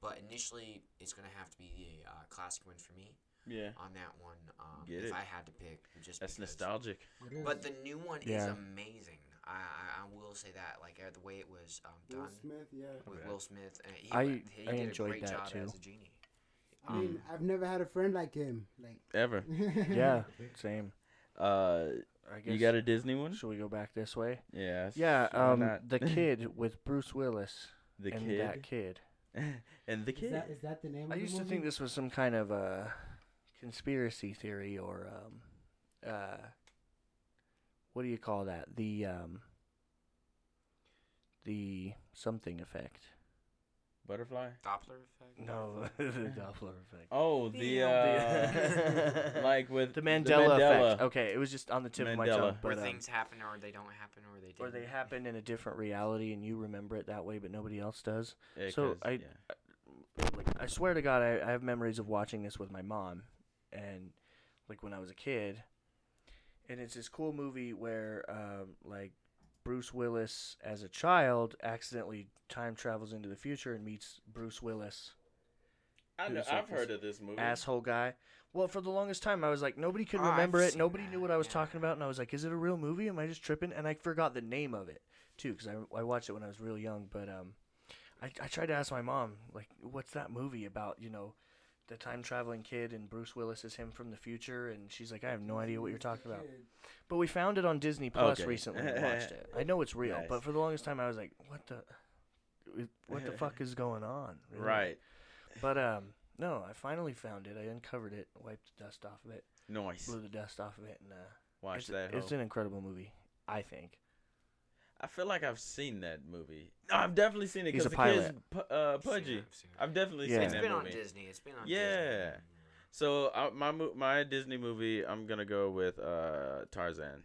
S3: but initially it's gonna have to be the uh, classic one for me
S1: yeah.
S3: on that one. Um,
S1: Get
S3: if
S1: it.
S3: I had to pick, just
S1: That's
S3: because-
S1: nostalgic.
S2: It is.
S3: But the new one is
S4: Yeah.
S3: amazing. I, I I will say that like uh, the way it was um, done
S2: Will Smith. Yeah.
S3: with
S1: Okay.
S3: Will Smith. And he,
S4: I-
S3: went- he
S4: I
S3: did
S4: enjoyed
S3: a great
S4: that
S3: job
S4: too.
S3: as a genie.
S2: I
S3: Um,
S2: mean, I've never had a friend like him. Like.
S1: Ever.
S4: Yeah, same.
S1: Uh,
S4: I guess.
S1: you got a Disney one?
S4: Should we go back this way?
S1: Yeah.
S4: Yeah,
S1: why
S4: um,
S1: not?
S4: the kid with Bruce Willis
S1: the
S4: and
S1: kid.
S4: that kid.
S1: and the
S2: Is
S1: kid.
S2: that, is that the name?
S4: I
S2: of the
S4: used to
S2: movie?
S4: think this was some kind of a conspiracy theory or um, uh, what do you call that? The um, the something effect.
S1: Butterfly.
S3: Doppler effect.
S4: No, the Doppler effect.
S1: Oh, the
S4: The-
S1: uh, like with
S4: The Mandela, effect. Okay, it was just on the tip of my tongue,
S1: Mandela.
S4: but
S3: where
S4: um,
S3: things happen or they don't happen or they. Didn't.
S4: or they happen in a different reality and you remember it that way, but nobody else does.
S1: Yeah,
S4: So
S1: 'cause-
S4: I-
S1: yeah.
S4: like I swear to God, I, I have memories of watching this with my mom, and like when I was a kid, and it's this cool movie where um, like Bruce Willis as a child accidentally time travels into the future and meets Bruce Willis
S1: I
S4: he
S1: know,
S4: was like
S1: I've
S4: this
S1: heard of this movie.
S4: asshole guy. Well, for the longest time, I was like nobody could
S3: Oh, I've
S4: remember it.
S3: seen
S4: Nobody
S3: that,
S4: knew what I was
S3: yeah.
S4: talking about, and I was like, is it a real movie? Am I just tripping? And I forgot the name of it too because I I watched it when I was real young, but um. I, I tried to ask my mom, like, what's that movie about, you know, the time traveling kid and Bruce Willis is him from the future? And she's like, I have no idea what you're talking about. But we found it on Disney Plus
S1: Okay.
S4: recently and watched it. I know it's real,
S1: Nice.
S4: but for the longest time I was like, what the, what the fuck is going on? really?
S1: right.
S4: But, um, no, I finally found it. I uncovered it, wiped the dust off of it,
S1: Nice.
S4: blew the dust off of it, and, uh,
S1: Watch
S4: it's,
S1: that.
S4: it's
S1: hoe.
S4: an incredible movie, I think.
S1: I feel like I've seen that movie. No, I've definitely seen it
S4: He's
S1: because the
S4: a
S1: kid's
S4: pilot.
S1: pu- uh,
S3: I've seen
S1: pudgy.
S3: it, I've seen it.
S1: I've definitely
S4: Yeah.
S1: seen
S3: It's
S1: that
S3: been on
S1: movie.
S3: Disney. It's been on.
S1: Yeah.
S3: Disney.
S1: So uh, my mo- my Disney movie, I'm gonna go with uh, Tarzan.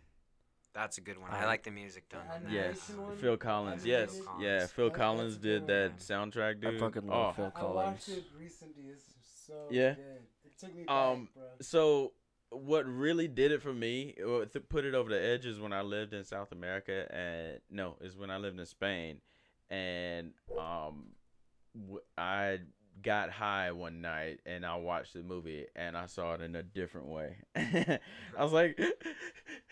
S3: That's a good one.
S4: I-
S3: I like the music done. on that.
S1: Yes,
S2: Animation one?
S1: Phil Collins. Yes,
S2: Animated?
S1: yeah,
S3: Collins.
S1: Phil
S2: That's-
S1: Collins
S2: that's a
S1: did
S2: good
S1: that
S3: one.
S1: soundtrack, dude.
S4: fucking
S1: oh.
S4: love Phil
S2: I, I watched
S4: Collins.
S2: it recently. It's so
S1: Yeah.
S2: good. It took me
S1: Um,
S2: back, bro.
S1: So what really did it for me, or th- put it over the edge, is when I lived in South America, and no, is when I lived in Spain, and um, w- I got high one night and I watched the movie and I saw it in a different way. I was like,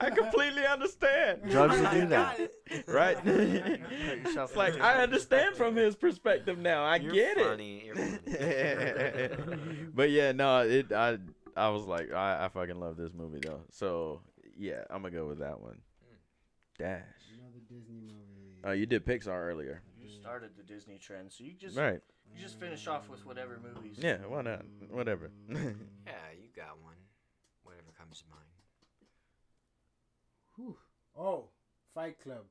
S1: I completely understand.
S4: Drugs will
S1: I
S4: do that.
S1: got it. Right?
S4: Put yourself
S1: it's like,
S4: in a
S1: I
S4: different
S1: understand from
S4: perspective.
S1: his perspective now. I
S3: You're
S1: get it
S3: funny, You're funny.
S1: but yeah, no, it I I was like I, I fucking love this movie though. So yeah, I'm gonna go with that one. Dash.
S2: Another Disney movie.
S1: Oh, you did Pixar earlier,
S4: You started the Disney trend, so you just
S1: right?
S4: you just finish off with whatever movies.
S1: Yeah, why not? Whatever.
S3: yeah, you got one. Whatever comes to mind.
S2: Whew. Oh, Fight Club.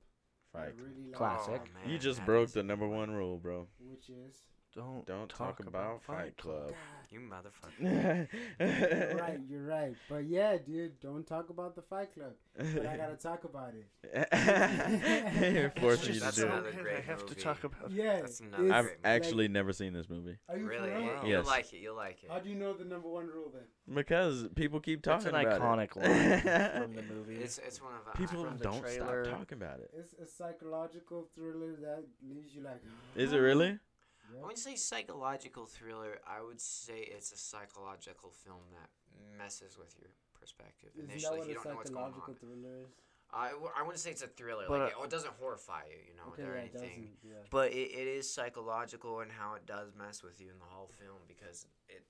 S2: I
S1: Fight.
S2: really like
S4: Classic.
S2: Fight Club,
S3: Oh, man,
S1: You just
S3: that
S1: broke
S3: is-
S1: the number one rule, bro.
S2: Which is
S4: Don't
S1: Don't talk, about, Fight Club.
S3: You motherfucker.
S2: You're right,
S1: right.
S2: you're right. But yeah, dude, don't talk about the Fight Club. But I gotta talk about it.
S1: Force
S4: It's
S1: me to
S4: just
S3: That's
S1: do it.
S3: another
S4: something
S3: great
S4: I have to
S3: movie.
S4: talk about.
S2: Yeah,
S3: That's not
S2: it's-
S1: I've
S3: great.
S1: actually never seen this movie
S2: Are you
S3: Really?
S2: for real?
S4: Wow.
S3: You'll
S1: Yes.
S3: like it. You'll like it.
S2: How do you know the number one rule then?
S1: because people keep
S4: That's
S1: talking
S4: an
S1: about
S4: iconic
S1: it.
S4: line from the movie.
S3: It's it's one of uh,
S1: people
S4: from the
S1: don't
S4: trailer.
S1: stop talking about it.
S2: It's a psychological thriller that leaves you like.
S1: Is it really?
S3: I
S2: Yeah.
S3: wouldn't say psychological thriller. I would say it's a psychological film that messes with your perspective
S2: Isn't that
S3: initially.
S2: what
S3: if
S2: a
S3: you don't know what's going
S2: psychological
S3: on.
S2: thriller is?
S3: I, w- I wouldn't say it's a thriller.
S4: But,
S3: like,
S4: uh,
S3: it, it doesn't horrify you, you know,
S2: Okay,
S3: or
S2: yeah, it
S3: anything.
S2: doesn't. Yeah.
S3: But it, it is psychological and how it does mess with you in the whole film because it,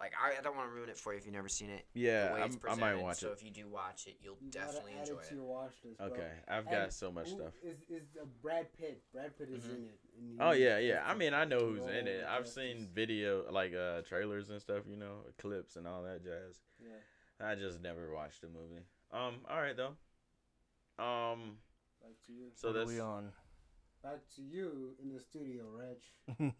S3: like, I, I don't want to ruin it for you if you've never seen it. the way
S1: Yeah,
S3: it's
S1: I'm, I might
S3: presented,
S1: watch
S3: so
S1: it.
S3: if you do watch it, you'll
S2: You
S3: definitely
S2: gotta add
S3: enjoy
S2: it to
S3: it.
S2: your watch list. bro.
S1: Okay, I've
S2: And
S1: got so much
S2: who
S1: stuff.
S2: Is is uh, Brad Pitt? Brad Pitt is
S3: Mhm.
S2: in it. and
S1: Oh
S2: he's
S1: yeah, yeah.
S2: just
S1: I
S2: a
S1: mean, I know who's in
S2: phenomenal
S1: it. I've seen
S2: actress.
S1: video like uh trailers and stuff, you know, clips and all that jazz.
S2: Yeah.
S1: I just never watched the movie. Um, all right though. Um,
S2: Back to you.
S1: so
S4: what are
S1: that's
S4: we uh, on?
S2: Back to you in the studio, Reg.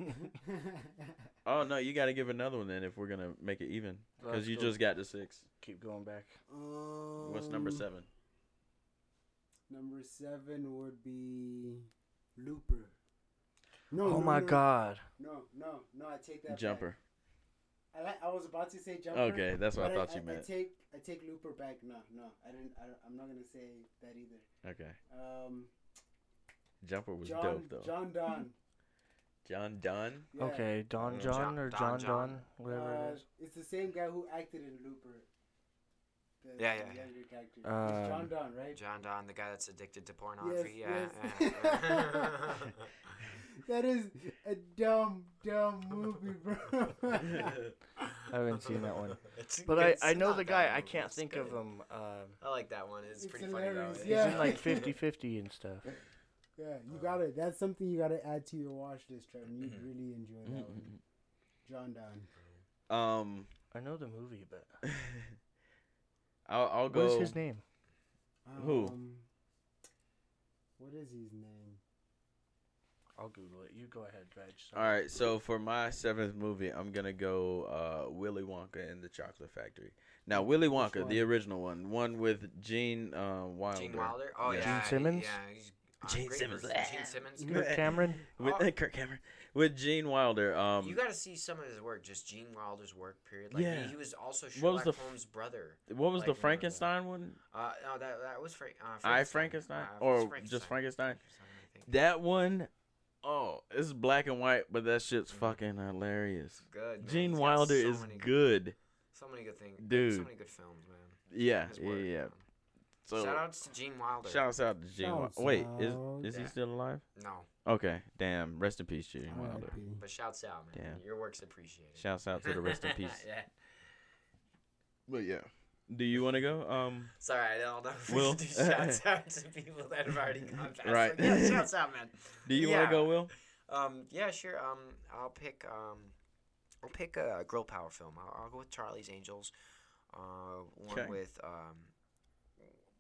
S1: oh no, you got to give another one then if we're gonna make it even because
S4: Let's
S1: you
S4: go.
S1: just got to six.
S4: Keep going back.
S2: um,
S1: What's number seven?
S2: Number seven would be Looper. No.
S4: Oh
S2: no,
S4: my
S2: no,
S4: God.
S2: No, no, no. I take that. back.
S1: Jumper.
S2: I like, I was about to say jumper.
S1: Okay, that's what I
S2: but
S1: thought you
S2: I
S1: meant.
S2: take I take Looper back. No, no, I didn't. I, I'm not gonna say that either.
S1: Okay,
S2: Um,
S1: Jumper was
S2: John
S1: dope though.
S2: John Don.
S1: John Dunn.
S2: Yeah.
S4: Okay, Don
S1: Mm,
S4: John
S3: John-
S4: or
S3: Don
S4: John
S3: John.
S4: Don, whatever
S2: Uh,
S4: it is.
S2: it's the same guy who acted in Looper. The,
S3: Yeah,
S2: the
S3: yeah, yeah.
S2: Younger character. it's John
S4: Um,
S2: Don, right?
S3: John Don, the guy that's addicted to
S2: Yes,
S3: pornography. yeah.
S2: yes.
S3: yeah.
S2: That is a dumb, dumb movie, bro.
S4: I haven't seen that one. But I, I know the guy. I can't think of him. Um,
S3: I like that one. It's,
S2: It's
S3: pretty funny though.
S2: hilarious,
S3: It's
S2: yeah.
S4: He's in like 50-50 and stuff.
S2: yeah, you got to That's something you got to add to your watch list, Trevor. You'd
S1: Mm-hmm.
S2: really enjoy
S4: Mm-hmm.
S2: that one.
S1: Mm,
S2: John Don.
S1: mm, mm. um,
S4: I know the movie, but
S1: I'll, I'll go.
S4: what is his name?
S1: Who?
S2: Um, What is his name?
S4: I'll Google it. You go ahead, Reg.
S1: All right, so for my seventh movie, I'm gonna go uh, Willy Wonka and the Chocolate Factory. Now, Willy
S2: Which
S1: Wonka, the
S2: one?
S1: original one, one with Gene uh, Wilder,
S3: Gene Wilder. Oh
S1: Yeah.
S3: yeah.
S1: Gene
S3: he-
S4: Simmons?
S3: Yeah. He's uh,
S1: Gene
S3: great
S1: Simmons.
S3: person. Gene Simmons.
S1: Good.
S4: Kirk Cameron.
S1: with
S3: Oh.
S1: Kirk Cameron, with Gene Wilder. Um,
S3: you got to see some of his work. Just Gene Wilder's work. Period. Like
S1: Yeah.
S3: he, he was also
S1: What
S3: Sherlock
S1: was the f-
S3: Holmes' brother.
S1: what was
S3: like
S1: the
S3: one of the-
S1: Frankenstein one?
S3: Uh, no, that that was Frank. Uh,
S1: I Frankenstein
S3: Uh, it was
S1: or just Frankenstein?
S3: I think.
S1: That one, oh, it's black and white, but that shit's fucking hilarious.
S3: It's good. man.
S1: Gene
S3: Mm-hmm. He's got
S1: Wilder
S3: so
S1: is
S3: many
S1: good.
S3: So many good things. So
S1: Dude.
S3: many good films, man.
S1: Yeah,
S3: His
S1: yeah,
S3: work,
S1: yeah.
S3: man.
S1: So
S3: Shout outs to Gene Wilder.
S1: shouts out to Gene. Wilder.
S2: Shouts
S1: Wait, is
S2: out.
S1: is he
S3: Yeah.
S1: still alive?
S3: no,
S1: Okay, damn. Rest in peace, Gene Wilder.
S2: R.I.P.
S3: but shouts out, man.
S1: Damn.
S3: Your work's appreciated.
S1: Shouts out to the rest in peace.
S3: yeah.
S1: But yeah. Do you want to go? Um,
S3: Sorry, I don't know if we
S1: Will?
S3: should do shouts out to people that have already gone past.
S1: Right.
S3: So, yeah, shouts out, man.
S1: do you want
S3: Yeah.
S1: to go, Will?
S3: Um, yeah, sure. Um, I'll pick. Um, I'll pick a girl power film. I'll, I'll go with Charlie's Angels. Uh, one
S1: Okay.
S3: with um,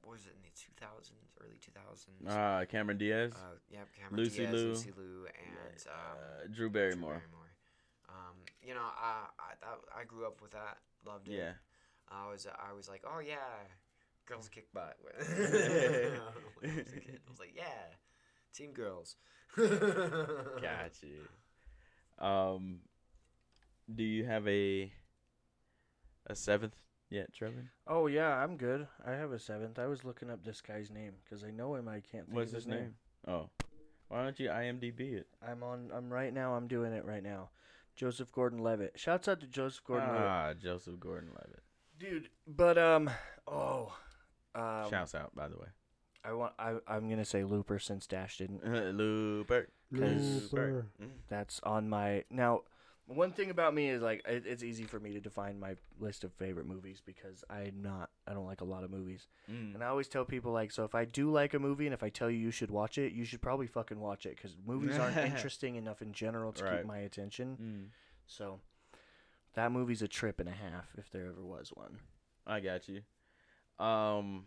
S3: what was it in the two thousands, early two thousands?
S1: Uh, Cameron Diaz,
S3: uh, yeah, Cameron
S1: Lucy
S3: Diaz,
S1: Liu.
S3: Lucy Liu, and um,
S1: uh, Drew
S3: Drew
S1: Barrymore.
S3: Um, you know, I I that, I grew up with that. Loved it.
S1: Yeah.
S3: I was I was like, oh yeah, girls kick butt. when I was a kid. I was like, yeah, team girls. Gotcha.
S1: Gotcha. Um, do you have a a seventh yet, Trevor?
S4: Oh yeah, I'm good. I have a seventh. I was looking up this guy's name because I know him. I can't. Think
S1: What's
S4: of
S1: his name? Oh, why don't you IMDb it?
S4: I'm on. I'm right now. I'm doing it right now. Joseph Gordon-Levitt. Shouts out to Joseph Gordon-Levitt,
S1: ah, Joseph Gordon-Levitt.
S4: dude. But um, oh, um,
S1: Shouts out, by the way.
S4: I want. I I'm gonna say Looper since Dash didn't.
S1: Looper.
S2: Looper.
S1: Mm,
S4: That's on my now. One thing about me is like it, it's easy for me to define my list of favorite movies because I'm not. I don't like a lot of movies,
S1: Mm.
S4: and I always tell people like, so if I do like a movie and if I tell you you should watch it, you should probably fucking watch it because movies aren't interesting enough in general to
S1: Right.
S4: keep my attention.
S1: Mm.
S4: So that movie's a trip and a half if there ever was one.
S1: I got you. Um,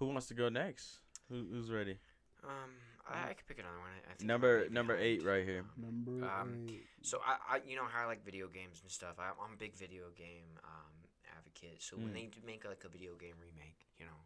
S1: who wants to go next? Who, who's ready?
S3: Um, I, I could pick another one. I, I think
S1: Number-
S3: maybe
S1: number
S3: I'll-
S1: eight right here.
S2: Number
S3: Um,
S2: eight.
S3: So I, I, you know how I like video games and stuff. I, I'm a big video game um, advocate. So when
S1: Mm.
S3: they do make like a video game remake, you know,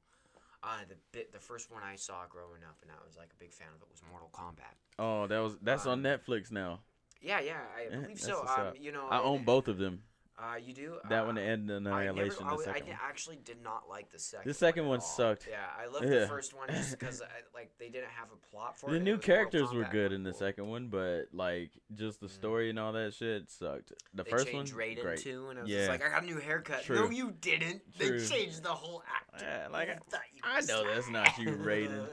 S3: uh, the bit, the first one I saw growing up, and I was like a big fan of it was Mortal Kombat.
S1: Oh, that was that's on Netflix now.
S3: Yeah, yeah, I
S1: Yeah,
S3: believe
S1: that's
S3: so.
S1: what's
S3: Um,
S1: up.
S3: you know,
S1: I
S3: and-
S1: own both of them.
S3: Uh, you do
S1: That
S3: uh,
S1: one and
S3: I never-
S1: Annihilation.
S3: I
S1: The
S3: was- I
S1: second
S3: di-
S1: one.
S3: actually did not like the second.
S1: second
S3: at
S1: one
S3: all.
S1: sucked.
S3: Yeah, I loved
S1: Yeah.
S3: the first one just because like they didn't have a plot for it.
S1: The
S3: and it
S1: new
S3: was Mortal
S1: characters were
S3: Kombat,
S1: good
S3: like,
S1: in the
S3: cool.
S1: second one, but like just the
S3: Mhm.
S1: story and all that shit sucked. The
S3: They
S1: first one,
S3: changed Raiden
S1: great.
S3: too, and I was
S1: Yeah.
S3: just like, I got a new haircut. No,
S1: True.
S3: you didn't.
S1: True.
S3: They changed the whole actor.
S1: Yeah, like,
S3: You thought you
S1: I
S3: was
S1: know that's not you, Raiden.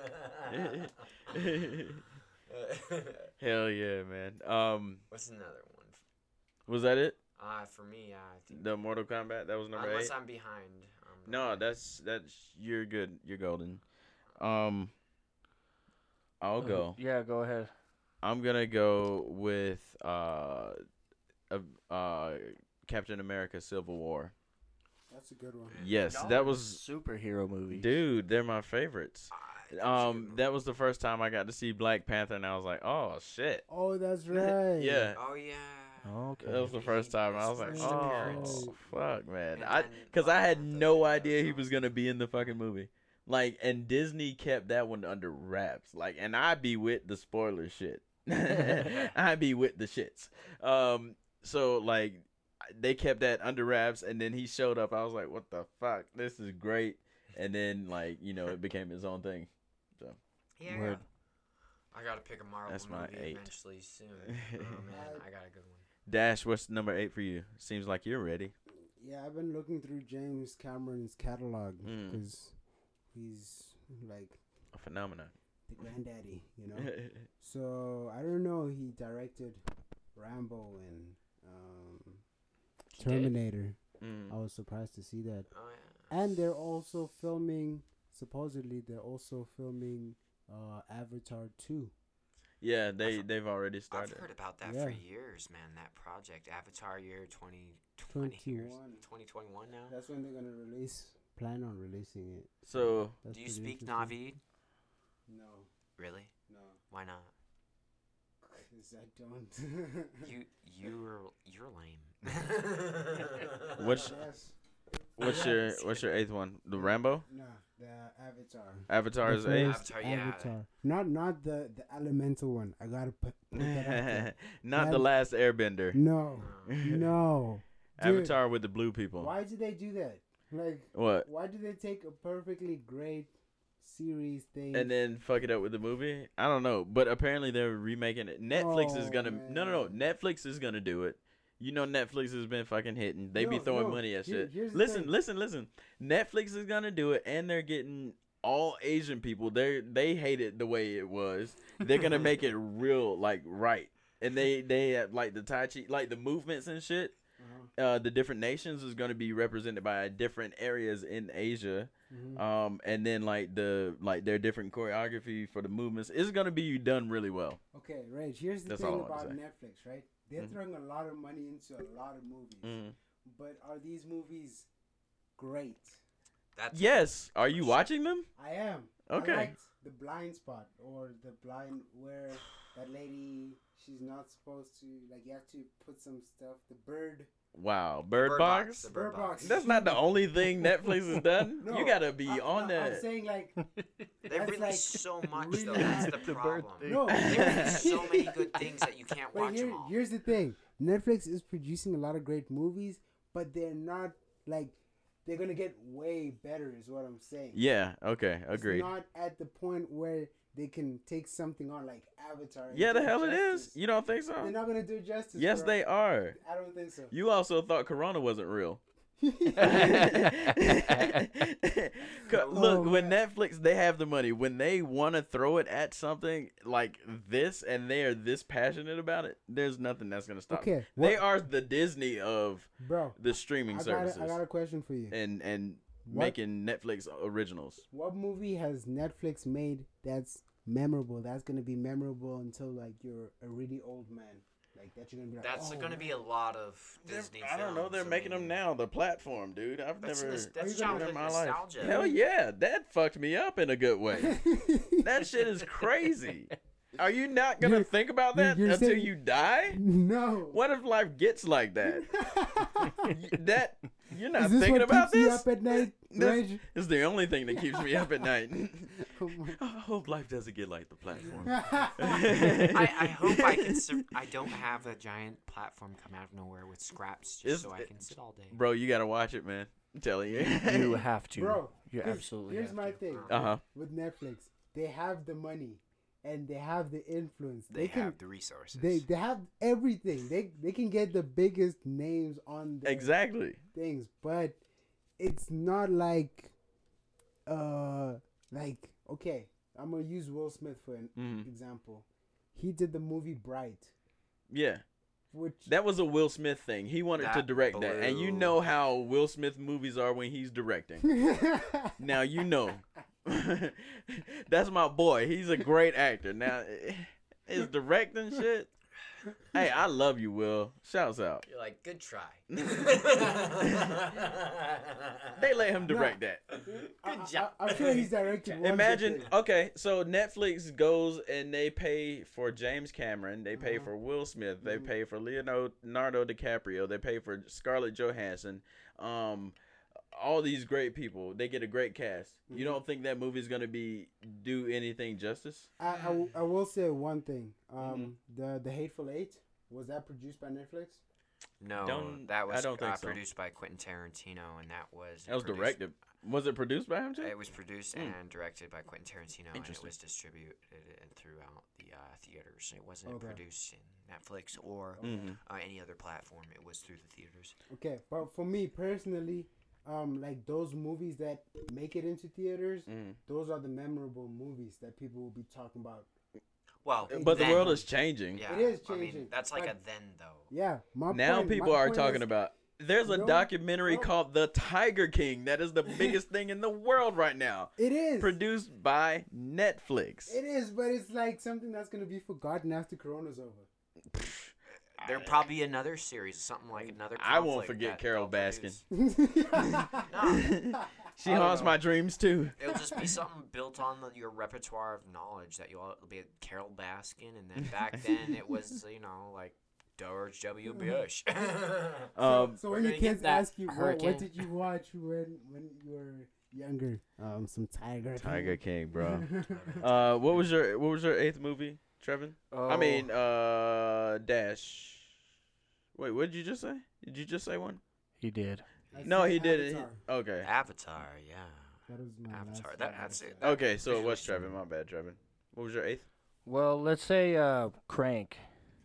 S1: Hell yeah, man. Um,
S3: What's another one?
S1: was that it?
S3: Uh, for me, yeah, I think.
S1: The Mortal Kombat that was number
S3: unless
S1: eight.
S3: I'm behind. I'm
S1: No,
S3: not-
S1: that's that's you're good. You're golden. Um, I'll go.
S4: Uh, yeah, go ahead.
S1: I'm gonna go with uh, a, uh, Captain America: Civil War.
S2: That's a good one.
S1: Yes,
S4: Y'all
S1: that
S4: are
S1: was
S4: superhero movie.
S1: dude. They're my favorites.
S3: Ah, that's a good
S1: Um,
S3: one.
S1: that was the first time I got to see Black Panther, and I was like, oh shit.
S2: Oh, that's right.
S1: yeah.
S3: Oh yeah.
S4: Okay.
S1: That was the first time I was like,
S3: That's first
S2: appearance.
S1: "Oh fuck, man!"
S3: And
S1: I
S3: then
S1: because I
S3: Black
S1: had
S3: Panther,
S1: no
S3: yeah,
S1: idea he
S3: so-
S1: was gonna be in the fucking movie. Like, and Disney kept that one under wraps. Like, and I be with the spoiler shit. I be with the shits. Um, so like, they kept that under wraps, and then he showed up. I was like, "What the fuck? This is great!" And then like, you know, it became his own thing.
S3: Yeah.
S4: Word.
S3: I gotta pick a Marvel
S1: That's my
S3: movie
S1: eight.
S3: eventually soon. oh man, I got a good one.
S1: Dash, what's number eight for you? Seems like you're ready.
S2: Yeah, I've been looking through James Cameron's catalog
S1: Mm.
S2: because he's like
S1: A phenomenon.
S2: the granddaddy, you know. so I don't know. He directed Rambo and um,
S3: He did?
S2: Terminator.
S1: Mm.
S2: I was surprised to see that.
S3: Oh yeah.
S2: And they're also filming. Supposedly, they're also filming uh, Avatar two.
S1: Yeah, they
S3: I've-
S1: they've already
S3: I've
S1: started.
S3: heard about that
S2: Yeah.
S3: for years, man. That project, Avatar Year 2020, years,
S2: 21.
S3: 2021 now.
S2: That's when they're gonna release. Plan on releasing it.
S1: So
S2: That's
S3: Do you
S2: pretty
S3: speak
S2: interesting.
S3: Navi?
S2: No,
S3: Really?
S2: no,
S3: Why not?
S2: 'cause I don't.
S3: You you're you're lame.
S1: What's-
S2: Yes.
S1: what's your what's your eighth one? The Rambo?
S2: No, the Avatar.
S1: Avatar
S2: The
S1: is
S2: first
S1: eighth.
S3: Avatar, yeah.
S2: Not not the the elemental one. I gotta put, put that out there.
S1: Not the
S2: Ram-
S1: last airbender.
S2: No, no. Dude,
S1: Avatar with the blue people.
S2: Why did they do that? Like,
S1: What?
S2: why did they take a perfectly great series thing?
S1: And then fuck it up with the movie? I don't know. But apparently they're remaking it. Netflix is
S2: Oh,
S1: gonna no no no.
S2: man.
S1: Netflix is gonna do it. You know Netflix has been fucking hitting. They be
S2: No,
S1: throwing
S2: no,
S1: money at
S2: here-
S1: shit.
S2: here's the
S1: listen,
S2: thing.
S1: listen, listen. Netflix is gonna do it and they're getting all Asian people. They they hate it the way it was. They're gonna make it real like right. And they they have like the Tai Chi like the movements and shit.
S2: Uh-huh.
S1: Uh, the different nations is going to be represented by different areas in Asia,
S3: Mm-hmm.
S2: Mhm.
S1: um, and then like the like their different choreography for the movements is going to be done really well.
S2: Mm-hmm. okay, Rage. Here's the
S1: That's
S2: thing
S1: all I wanna
S2: about
S1: say.
S2: Netflix, right? They're
S1: Mhm.
S2: throwing a lot of money into a lot of movies,
S1: Mm.
S2: but are these movies great?
S3: That's
S1: Yes, are you watching them?
S2: I am.
S1: Okay.
S2: I liked the blind spot or the blind where that lady she's not supposed to like you have to put some stuff. The bird
S1: Wow, Bird,
S3: Bird Box,
S1: Box.
S3: the
S2: Bird
S3: Bird
S2: Box.
S3: Box.
S1: That's not the only thing Netflix has done.
S2: No,
S1: you got to be
S2: I-
S1: on
S2: no, I'm
S1: that.
S2: saying like
S3: They
S2: That's
S3: release
S2: like
S3: so much though.
S2: really
S3: That's
S2: bad.
S3: the
S4: The
S3: problem.
S4: birthday.
S2: no.
S3: They
S2: here's-
S3: release so many good things that you can't
S2: But
S3: watch
S2: here,
S3: them all.
S2: here's the thing: Netflix is producing a lot of great movies, but they're not like they're gonna get way better. Is what I'm saying.
S1: yeah, okay,
S2: It's
S1: agreed.
S2: not at the point where they can take something on like Avatar. and
S1: Yeah,
S2: do
S1: the hell it is.
S2: justice.
S1: You don't think
S2: They're
S1: so?
S2: not gonna do it justice.
S1: Yes,
S2: bro.
S1: they are.
S2: I don't think so.
S1: You also thought Corona wasn't real. Co- Look,
S2: Oh,
S1: when
S2: man.
S1: Netflix, they have the money. When they want to throw it at something like this and they are this passionate about it, there's nothing that's going to stop.
S2: Okay,
S1: them. They
S2: what-
S1: are the Disney of
S2: bro.
S1: the streaming
S2: I got,
S1: services
S2: a, I got a question for you.
S1: and, and
S2: What-
S1: making Netflix originals.
S2: What movie has Netflix made that's memorable? That's gonna be memorable until like you're a really old man. like that you're gonna be like.
S3: That's
S2: oh,
S3: gonna
S2: man.
S3: be a lot of Disney.
S1: I don't know.
S3: films,
S1: They're
S3: I
S1: making them
S3: mean,
S1: now. The platform, dude. I've
S3: That's
S1: never.
S3: nos- that's
S1: never in
S3: childhood nostalgia.
S1: Hell yeah, that fucked me up in a good way. that shit is crazy. Are you not gonna
S2: You're-
S1: think about
S2: you're-
S1: that
S2: you're
S1: until
S2: saying-
S1: you die?
S2: no.
S1: What if life gets like that? Y- that you're not
S2: Is this
S1: thinking
S2: what
S1: about
S2: keeps you
S1: this?
S2: up at night,
S1: This
S2: Reg?
S1: is the only thing that keeps me up at night.
S2: Oh my-
S1: I hope life doesn't get like the platform.
S3: I, I hope I can. Sur- I don't have a giant platform come out of nowhere with scraps just
S1: It's-
S3: so I
S1: it-
S3: can sit all day.
S1: Bro, you gotta watch it, man. I'm telling you.
S4: You have to.
S2: Bro,
S4: you
S2: here's-
S4: absolutely.
S2: Here's
S4: have
S2: my
S4: to.
S2: thing
S1: Uh huh.
S2: with Netflix: they have the money, and they have the influence.
S3: They,
S2: They, can.
S3: have the resources.
S2: they they have everything. They they can get the biggest names on their
S1: Exactly.
S2: things, but it's not like, uh, like okay, I'm gonna use Will Smith for an
S1: Mhm.
S2: example. He did the movie Bright,
S1: Yeah.
S2: which
S1: That was a Will Smith thing. He wanted to
S3: That
S1: direct that. And you
S3: blew-
S1: know how Will Smith movies are when he's directing. now you know. That's my boy. He's a great actor. Now is directing shit. Hey, I love you, Will. Shouts out.
S3: You're like, good try.
S1: They let him direct that.
S3: good
S2: I,
S3: job.
S2: am sure he's directed. one good
S1: Imagine
S2: thing.
S1: okay, so Netflix goes and they pay for James Cameron, they pay for Will Smith, they pay for Leonardo Leonardo DiCaprio, they pay for Scarlett Johansson, um, all these great people. They get a great cast. You don't think that movie's gonna be do anything justice?
S2: I, I w- I will say one thing.
S1: Mm-hmm.
S2: Um, the the Hateful Eight was that produced by Netflix?
S3: No,
S1: Don't-
S3: that was
S1: I don't think
S3: uh,
S1: so.
S3: produced by Quentin Tarantino, and that was
S1: That was
S3: produced-
S1: directed. Was it produced by him too?
S3: It was produced and directed by Quentin Tarantino, and it
S1: Interesting.
S3: was distributed and throughout the uh, theaters. It wasn't
S2: Okay. Oh.
S3: produced in Netflix or
S1: Mm-hmm.
S3: uh, any other platform. It was through the theaters.
S2: Okay, but for me personally, um, like those movies that make it into theaters,
S1: Mm. Mm-hmm.
S2: those are the memorable movies that people will be talking about.
S3: Well,
S1: But the
S3: then-
S1: world is changing.
S3: Yeah,
S2: is
S3: I mean,
S2: changing,
S3: that's like
S2: but-
S3: a then though.
S2: Yeah, my
S1: Now
S2: point-
S1: people
S2: my
S1: are
S2: point
S1: talking
S2: is-
S1: about. There's a
S2: No,
S1: documentary
S2: no.
S1: called The Tiger King that is the biggest thing in the world right now.
S2: it is
S1: Produced by Netflix.
S2: It is, but it's like something that's gonna be forgotten after Corona's over.
S3: There'll probably be another series, something like another.
S1: I won't
S3: conflict
S1: forget
S3: that
S1: Carol
S3: they'll
S1: Baskin.
S3: produce.
S1: She haunts my dreams too.
S3: It'll just be something built on the, your repertoire of knowledge that you'll it'll be a Carol Baskin, and then back then it was you know like George W.
S2: Mm-hmm.
S3: Bush.
S1: Um,
S2: so when your
S3: gonna get
S2: kids
S3: that
S2: ask you, what,
S3: hurricane."
S2: what did you watch when when you were younger? Um, some Tiger.
S1: Tiger King, bro. Uh, what was your what was your eighth movie, Trevin? I
S4: Oh.
S1: mean, uh, Dash. Wait, what did you just say? Did you just say one?
S4: He did.
S2: I
S1: No,
S2: said
S1: he didn't.
S2: Avatar.
S1: He- Okay.
S3: Avatar, yeah,
S2: That was my
S3: Avatar.
S2: last
S3: That,
S2: one.
S3: that's it. That-
S1: Okay, so it was Trevin. My bad, Trevin. What was your eighth?
S4: Well, let's say uh, Crank.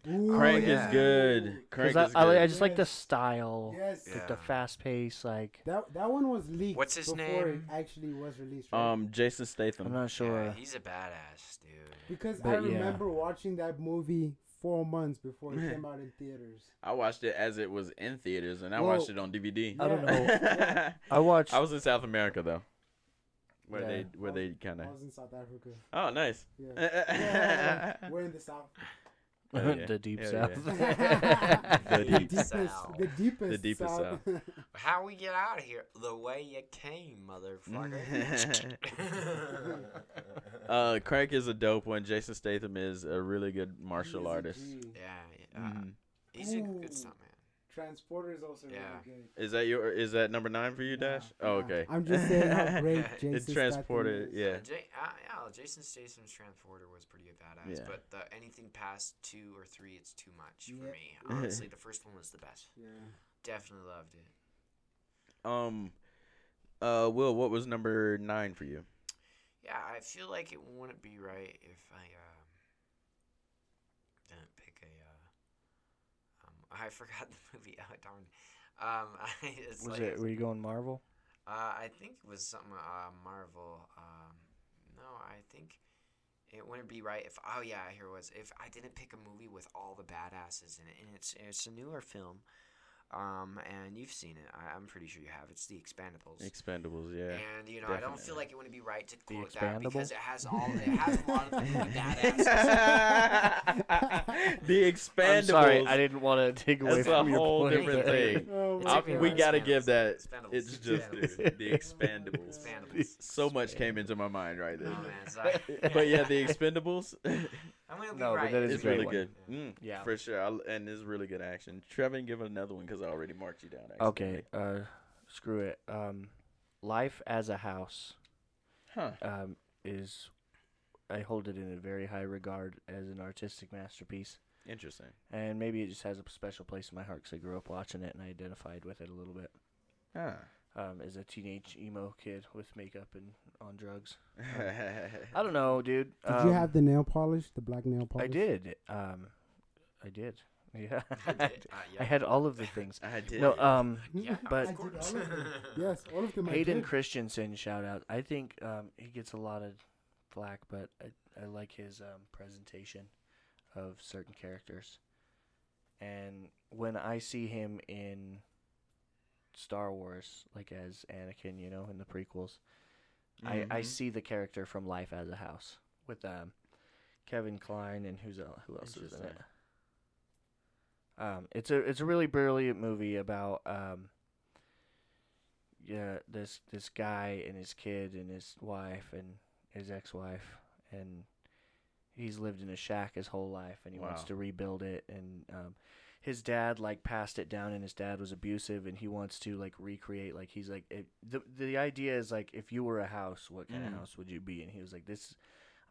S2: Ooh,
S1: Crank
S3: yeah.
S1: is good. Crank
S4: 'Cause
S1: is good.
S4: I, I, I just like the style,
S2: Yes.
S4: like the
S3: Yeah.
S4: fast pace. Like
S2: That that one was leaked.
S3: What's his
S2: before it
S3: name?
S2: actually was released. right?
S1: um, Jason
S4: I'm
S1: Statham.
S4: not sure.
S3: yeah, he's a badass dude.
S2: because I
S4: but yeah.
S2: remember watching that movie four months before it came out in theaters.
S1: I watched it as it was in theaters, and I
S2: Whoa.
S1: watched it on DVD.
S4: I don't know.
S1: I
S4: I watched.
S1: was in South America though, where
S4: Yeah.
S1: they where
S2: I
S1: they
S2: was-
S1: kind of.
S2: I was in South Africa.
S1: Oh, nice.
S2: Yeah. Yeah,
S1: oh,
S2: we're in the south.
S1: yeah.
S4: the deep
S1: Hell
S4: south.
S1: yeah.
S2: the
S1: deep
S2: deepest,
S3: south.
S2: The deepest.
S1: The deepest
S2: south.
S3: How we get out of here? The way you came, motherfucker.
S1: uh, Crank is a dope one. Jason Statham is a really good martial
S2: He's a Ah.
S1: artist.
S2: G.
S3: yeah, yeah. uh,
S1: Mhm.
S3: he's a
S2: Ooh.
S3: good stuntman.
S2: Transporter is also
S3: Yeah.
S2: really good.
S1: Is that your? Is that number nine for you, Dash?
S2: Yeah,
S1: Oh,
S2: yeah.
S1: okay.
S2: I'm just saying how great
S3: It
S2: Jason
S1: it
S2: Statham
S1: transported.
S2: is.
S1: Yeah.
S3: Uh, J- uh, yeah, Jason Statham's Transporter was pretty badass,
S1: Yeah.
S3: but the, anything past two or three, it's too much for
S2: Yeah.
S3: me. Honestly, the first one was the best.
S2: Yeah.
S3: Definitely loved it.
S1: Um. Uh, Will, what was number nine for you?
S3: Yeah, I feel like it wouldn't be right if I um, didn't pick a. Uh, um, I forgot the movie. Oh darn. Um, I, it's
S4: Was
S3: like,
S4: it? Were you going Marvel?
S3: Uh, I think it was something uh, Marvel. Um, no, I think it wouldn't be right if. Oh yeah, here it was. If I didn't pick a movie with all the badasses in it, and it's it's a newer film. Um, and you've seen it. I, I'm pretty sure you have. It's the Expendables.
S1: Expendables, yeah.
S3: And you know, I don't
S1: Definitely.
S3: feel like it would be right to
S4: The
S3: quote that
S4: Expendable?
S3: because it has all it has a lot of the badasses.
S1: the Expendables.
S4: I'm sorry, I didn't want to take away
S1: That's a
S4: from your
S1: whole
S4: point.
S1: different
S4: but-
S1: thing.
S2: Oh,
S3: It's
S2: my
S1: I-
S3: okay,
S2: God.
S1: we
S3: right.
S1: gotta
S3: Expendables.
S1: give that.
S3: Expendables.
S1: It's just
S3: Expendables.
S1: the Expendables.
S3: Expendables.
S1: So much came into my mind right
S3: Oh,
S1: there.
S3: man, sorry.
S1: But yeah, the Expendables
S3: I'm gonna be
S4: No, but
S3: right.
S4: that is a
S1: is
S4: great
S1: really
S4: one.
S1: good.
S3: Yeah.
S1: Mm,
S4: Yeah.
S1: for sure. I'll, and it's really good action. Trevin, give another one because I already marked you down.
S4: Okay,
S1: accidentally.
S4: uh, screw it. Um, life as a house
S1: Huh.
S4: um, is I hold it in a very high regard as an artistic masterpiece,
S1: Interesting.
S4: and maybe it just has a special place in my heart because I grew up watching it and I identified with it a little bit.
S1: Huh.
S4: Um, as a teenage emo kid with makeup and on drugs,
S1: I
S4: I don't know, dude.
S2: Did
S4: um,
S2: you have the nail polish, the black nail polish?
S4: I did. Um, I did. Yeah.
S3: I did. Uh,
S4: I
S3: yeah.
S4: had all of the things.
S1: did.
S4: No, um,
S3: Yeah,
S4: but-
S2: Mm-hmm. I
S3: of
S2: did all
S3: course.
S2: of them. Yes, all of them. I
S4: Hayden
S2: did.
S4: Christensen shout out. I think um, he gets a lot of flack, but I, I like his um, presentation of certain characters. And when I see him in Star Wars, like as Anakin, you know, in the prequels, I, I
S1: Mhm.
S4: see the character from Life as a House with um, Kevin Klein and who's el- who else is in it?
S1: Interesting.
S4: Um, it's a it's a really brilliant movie about um, yeah this this guy and his kid and his wife and his ex wife and he's lived in a shack his whole life and he wants
S1: Wow.
S4: to rebuild it and um, his dad like passed it down and his dad was abusive and he wants to like recreate like he's like it, the the idea is like if you were a house what kind
S1: Mm.
S4: of house would you be and he was like this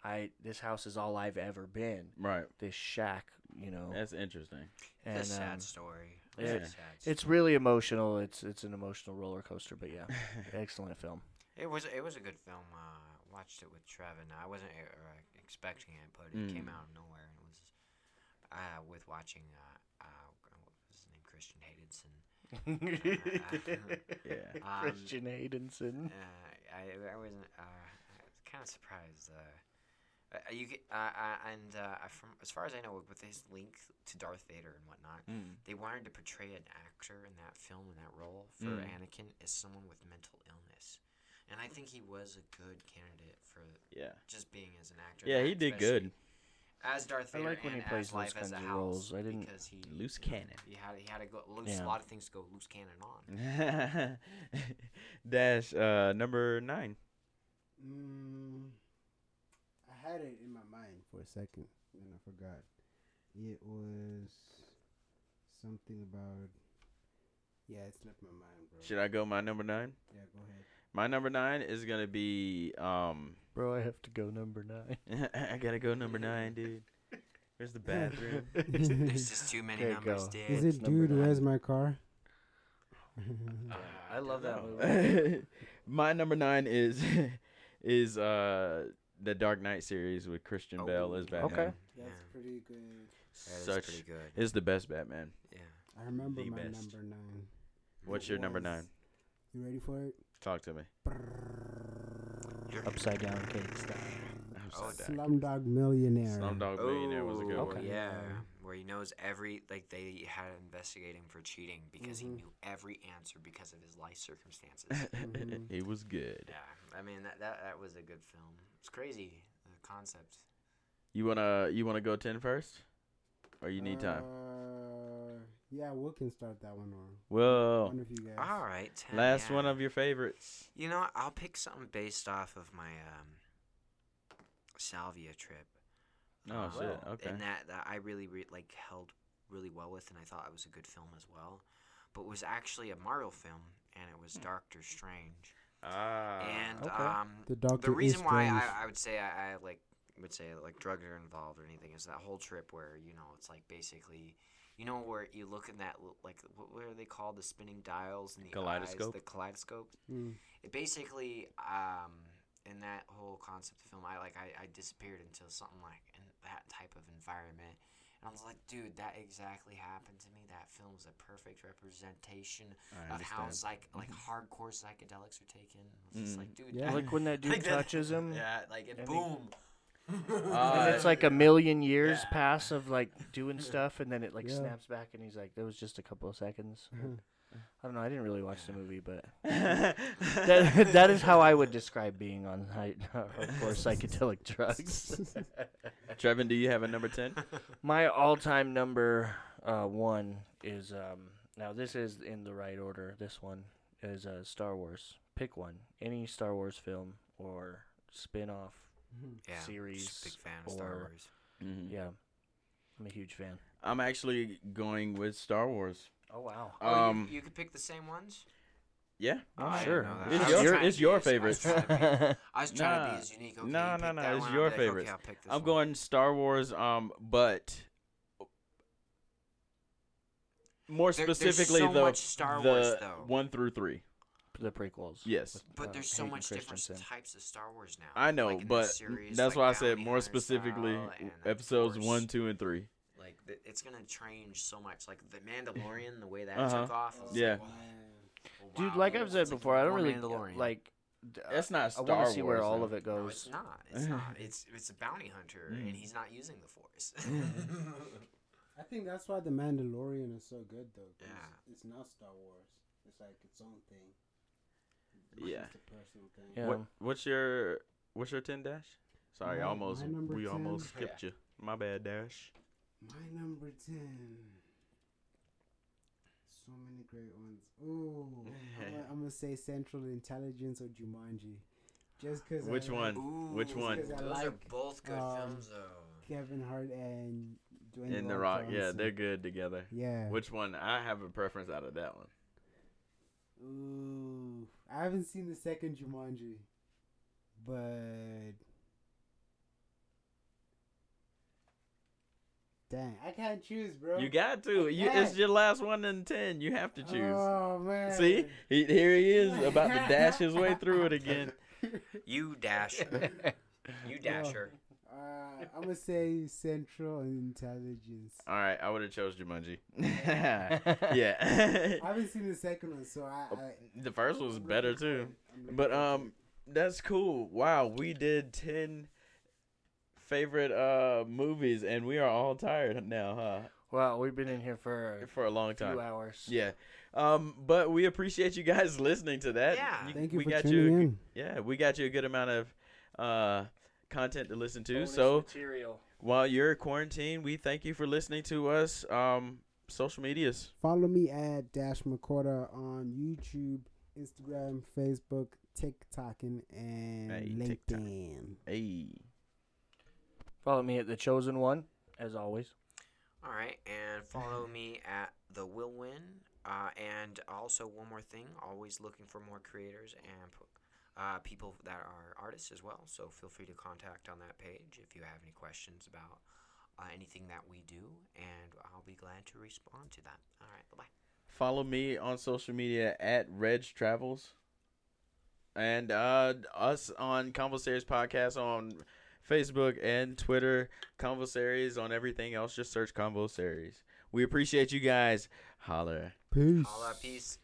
S4: I this house is all I've ever been
S1: Right.
S4: this shack you
S3: Oh.
S4: know
S1: That's interesting.
S4: and
S3: it's a sad
S4: um,
S3: story.
S1: yeah.
S3: It's, a sad story.
S4: it's really emotional it's it's an emotional roller coaster but yeah excellent film
S3: it was it was a good film. Uh, I watched it with Trevin. I wasn't e- er, uh, expecting it, but it came
S1: Mm.
S3: out of nowhere and it was uh, with watching uh, uh, what was his name Christian Haydenson.
S1: Yeah.
S3: Um,
S4: Christian Haydenson.
S3: Uh, I I wasn't uh, I was kind of surprised. Uh, uh, you ca- uh, uh, and uh, I- from as far as I know, with his link to Darth Vader and whatnot,
S1: Mm.
S3: they wanted to portray an actor in that film in that role for
S1: Mm.
S3: Anakin as someone with mental illness, and I think he was a good candidate for
S1: Yeah.
S3: just being as an actor.
S1: Yeah,
S3: that,
S1: he did
S3: especially
S1: good.
S3: as Darth
S4: I
S3: Vader.
S4: like when
S3: and
S4: he plays
S3: as
S4: those
S3: life
S4: kinds
S3: as a
S4: of
S3: house
S4: roles. I didn't-
S3: because he
S1: Loose
S3: you know,
S1: cannon.
S3: He had he had to go loose
S4: Yeah.
S3: a lot of things to go loose cannon on.
S1: Dash uh, number nine.
S2: Mm, I had it in my mind for a second, and I forgot. It was something about. Yeah, it slipped my mind, bro.
S1: Should I go my number nine?
S2: Yeah, go ahead.
S1: My number nine is gonna be um.
S4: Bro, I have to go number nine.
S1: I gotta go number nine, dude. Where's the bathroom?
S3: There's just too many
S4: There you
S3: numbers,
S4: go.
S3: dude.
S2: Is
S4: It's
S2: it
S4: number
S2: dude? Where's
S4: nine.
S2: my car? Ah,
S3: Uh,
S4: I love
S3: don't
S4: that
S3: know.
S4: movie.
S1: my number nine is is uh the Dark Knight series with Christian Bale as
S3: Oh,
S1: Batman.
S4: okay.
S3: Yeah.
S2: That's pretty good.
S3: That is
S1: Such
S3: pretty good.
S1: is the best Batman.
S3: Yeah.
S2: I remember
S1: The
S2: my
S1: best.
S2: number nine.
S1: What's
S2: It
S1: your number
S2: was-
S1: nine?
S2: You ready for it?
S1: Talk to me.
S4: Upside down cake style.
S1: I'm
S3: Oh,
S1: sorry.
S2: Slumdog Millionaire.
S1: Slumdog Millionaire was a good
S3: Oh,
S1: one.
S4: Okay.
S3: Yeah, where he knows every like they had to investigate him for cheating because he
S2: Mhm.
S3: knew every answer because of his life circumstances.
S2: Mhm.
S1: it was good.
S3: yeah, I mean that, that that was a good film. It's crazy the concept.
S1: You wanna you wanna go ten first, or you need time?
S2: Uh, yeah, we can start that one or
S1: Well,
S2: one of you guys.
S3: All right, 10,
S1: last
S3: Uh, yeah.
S1: one of your favorites.
S3: You know, I'll pick something based off of my um, salvia trip.
S1: Oh
S3: Um,
S1: shit. Okay.
S3: And that, that I really re- like held really well with, and I thought it was a good film as well. But it was actually a Marvel film, and it was Doctor Strange.
S1: Ah.
S3: and
S4: okay.
S3: um,
S2: The
S3: the
S2: Doctor
S3: reason
S2: is
S3: why
S2: Strange.
S3: I, I would say I, I like would say like drugs are involved or anything is that whole trip where you know it's like basically you know where you look in that l- like what, what are they called the spinning dials and the
S1: Kaleidoscope?
S3: eyes, the kaleidoscope
S2: Mm.
S3: it basically um in that whole concept of film i like i, I disappeared into something like in that type of environment and i was like dude that exactly happened to me that film's a perfect representation
S1: I
S3: of how
S1: understand.
S3: psych like hardcore psychedelics are taken it's just
S1: Mm.
S3: like dude
S2: Yeah.
S3: I-
S4: Like when that dude
S3: like that-
S4: touches him.
S3: yeah like and
S4: and he-
S3: boom
S1: Uh,
S4: and
S3: Uh,
S4: it's like a million years pass of like doing stuff, and then it like
S2: Yeah.
S4: snaps back, and he's like, "There was just a couple of seconds."
S3: Mm-hmm.
S4: I don't know. I didn't really watch the movie, but that, that is how I would describe being on high, hardcore psychedelic drugs.
S1: Trevin, do you have a number ten?
S4: My all-time number uh, one is um, now this is in the right order. This one is uh, Star Wars. Pick one, any Star Wars film or spin-off.
S3: yeah,
S4: series
S3: Just a big fan of Star
S4: or-
S3: Wars.
S1: Mhm.
S4: Yeah, I'm a huge fan.
S1: I'm actually going with Star Wars.
S4: Oh wow.
S3: Oh,
S1: Um,
S3: you, you could pick the same ones.
S1: yeah,
S3: Oh, I didn't
S4: sure.
S3: know that.
S1: It's
S3: I was
S1: your-
S3: trying to
S1: it's
S3: be
S1: your
S3: as- I was trying to be- I was trying to
S1: Nah.
S3: be as unique. Okay,
S1: No,
S3: you
S1: no,
S3: pick
S1: no,
S3: that
S1: it's
S3: one, I'll
S1: your
S3: be like, okay,
S1: favorites.
S3: I'll pick this
S1: I'm
S3: one.
S1: going Star Wars. Um, but more
S3: There- there's
S1: specifically,
S3: so
S1: the
S3: much Star
S1: the
S3: Wars, though.
S1: one through three.
S4: The prequels.
S1: Yes.
S4: with,
S3: But
S4: uh,
S3: there's so
S4: Hayden
S3: much different
S4: Christensen.
S3: types of Star Wars now.
S1: I know,
S3: Like, in the
S1: but
S3: series,
S1: that's
S3: like
S1: why I said
S3: Bounty
S1: more
S3: Hunter
S1: specifically
S3: style and, of
S1: episodes
S3: course,
S1: one, two, and three.
S3: Like th- it's gonna change so much. Like the Mandalorian, the way that
S1: Uh-huh.
S3: took off. it's
S1: Yeah.
S3: Like, oh,
S4: Dude,
S3: wow,
S4: like I've said
S3: it's like
S4: before, I don't
S3: more
S4: really
S3: Mandalorian.
S4: like. d-
S1: That's not
S4: I
S1: Star
S4: want to see where
S1: Wars,
S4: all
S1: though.
S4: of it
S3: No,
S4: goes.
S3: it's not. It's not. It's it's a bounty hunter,
S1: Mm.
S3: and he's not using the Force.
S2: I think that's why the Mandalorian is so good though. 'cause
S3: Yeah.
S2: It's not Star Wars. It's like its own thing.
S1: Yeah.
S2: It's a personal thing.
S4: Yeah.
S1: What, what's your what's your ten dash? Sorry,
S2: My-
S1: almost
S2: my number
S1: we
S2: 10?
S1: almost skipped you. My bad, Dash.
S2: My number ten. So many great ones. Ooh, I'm, gonna- I'm gonna say Central Intelligence or Jumanji, just cause.
S1: Which
S2: I like
S1: one? Which
S3: Ooh,
S1: one?
S2: Because I
S3: Those are
S2: like,
S3: both good
S2: um,
S3: films, though.
S2: Kevin Hart and Dwayne
S1: In the Rock, yeah,
S2: Johnson.
S1: they're good together.
S2: Yeah.
S1: Which one? I have a preference out of that one.
S2: Ooh, I haven't seen the second Jumanji, but dang, I can't choose, bro.
S1: You got to. You, it's your last one in ten. You have to choose.
S2: Oh man.
S1: See, he, here he is about to dash his way through it again.
S3: You dasher, you dasher.
S2: Uh, I'm gonna say Central Intelligence.
S1: All right, I would have chose Jumanji. yeah,
S2: I haven't seen the second one, so I. I
S1: the first was
S2: I'm
S1: better
S2: looking for
S1: too.
S2: it. I'm looking
S1: But
S2: for
S1: um, that's cool. Wow, we did ten favorite uh movies, and we are all tired now,
S4: Well, we've been in here for
S1: huh? For a long
S4: a few
S1: time.
S4: hours.
S1: Yeah. Um, but we appreciate you guys listening to that.
S3: Yeah.
S1: You-
S2: Thank you
S1: we
S2: for
S1: got
S2: tuning
S1: you. a g-
S2: in.
S1: Yeah, we got you a good amount of uh content to listen to.
S4: Bonus
S1: so
S4: material.
S1: while you're quarantined, we thank you for listening to us. Um, social medias.
S2: Follow me at Dash McCorda on YouTube, Instagram, Facebook, TikTok, and, and
S1: Hey, TikTok.
S2: LinkedIn.
S1: Hey.
S4: Follow me at the chosen one, as always.
S3: All right, and follow me at the Will Win. Uh, and also one more thing, always looking for more creators and p- uh, people that are artists as well. So feel free to contact on that page if you have any questions about uh, anything that we do, and I'll be glad to respond to that. All right, bye bye.
S1: Follow me on social media at Reg Travels. And uh, us on Convo Series Podcast on Facebook and Twitter. Convo Series on everything else. Just search Convo Series. We appreciate you guys. Holler.
S2: Peace.
S3: Holla, peace.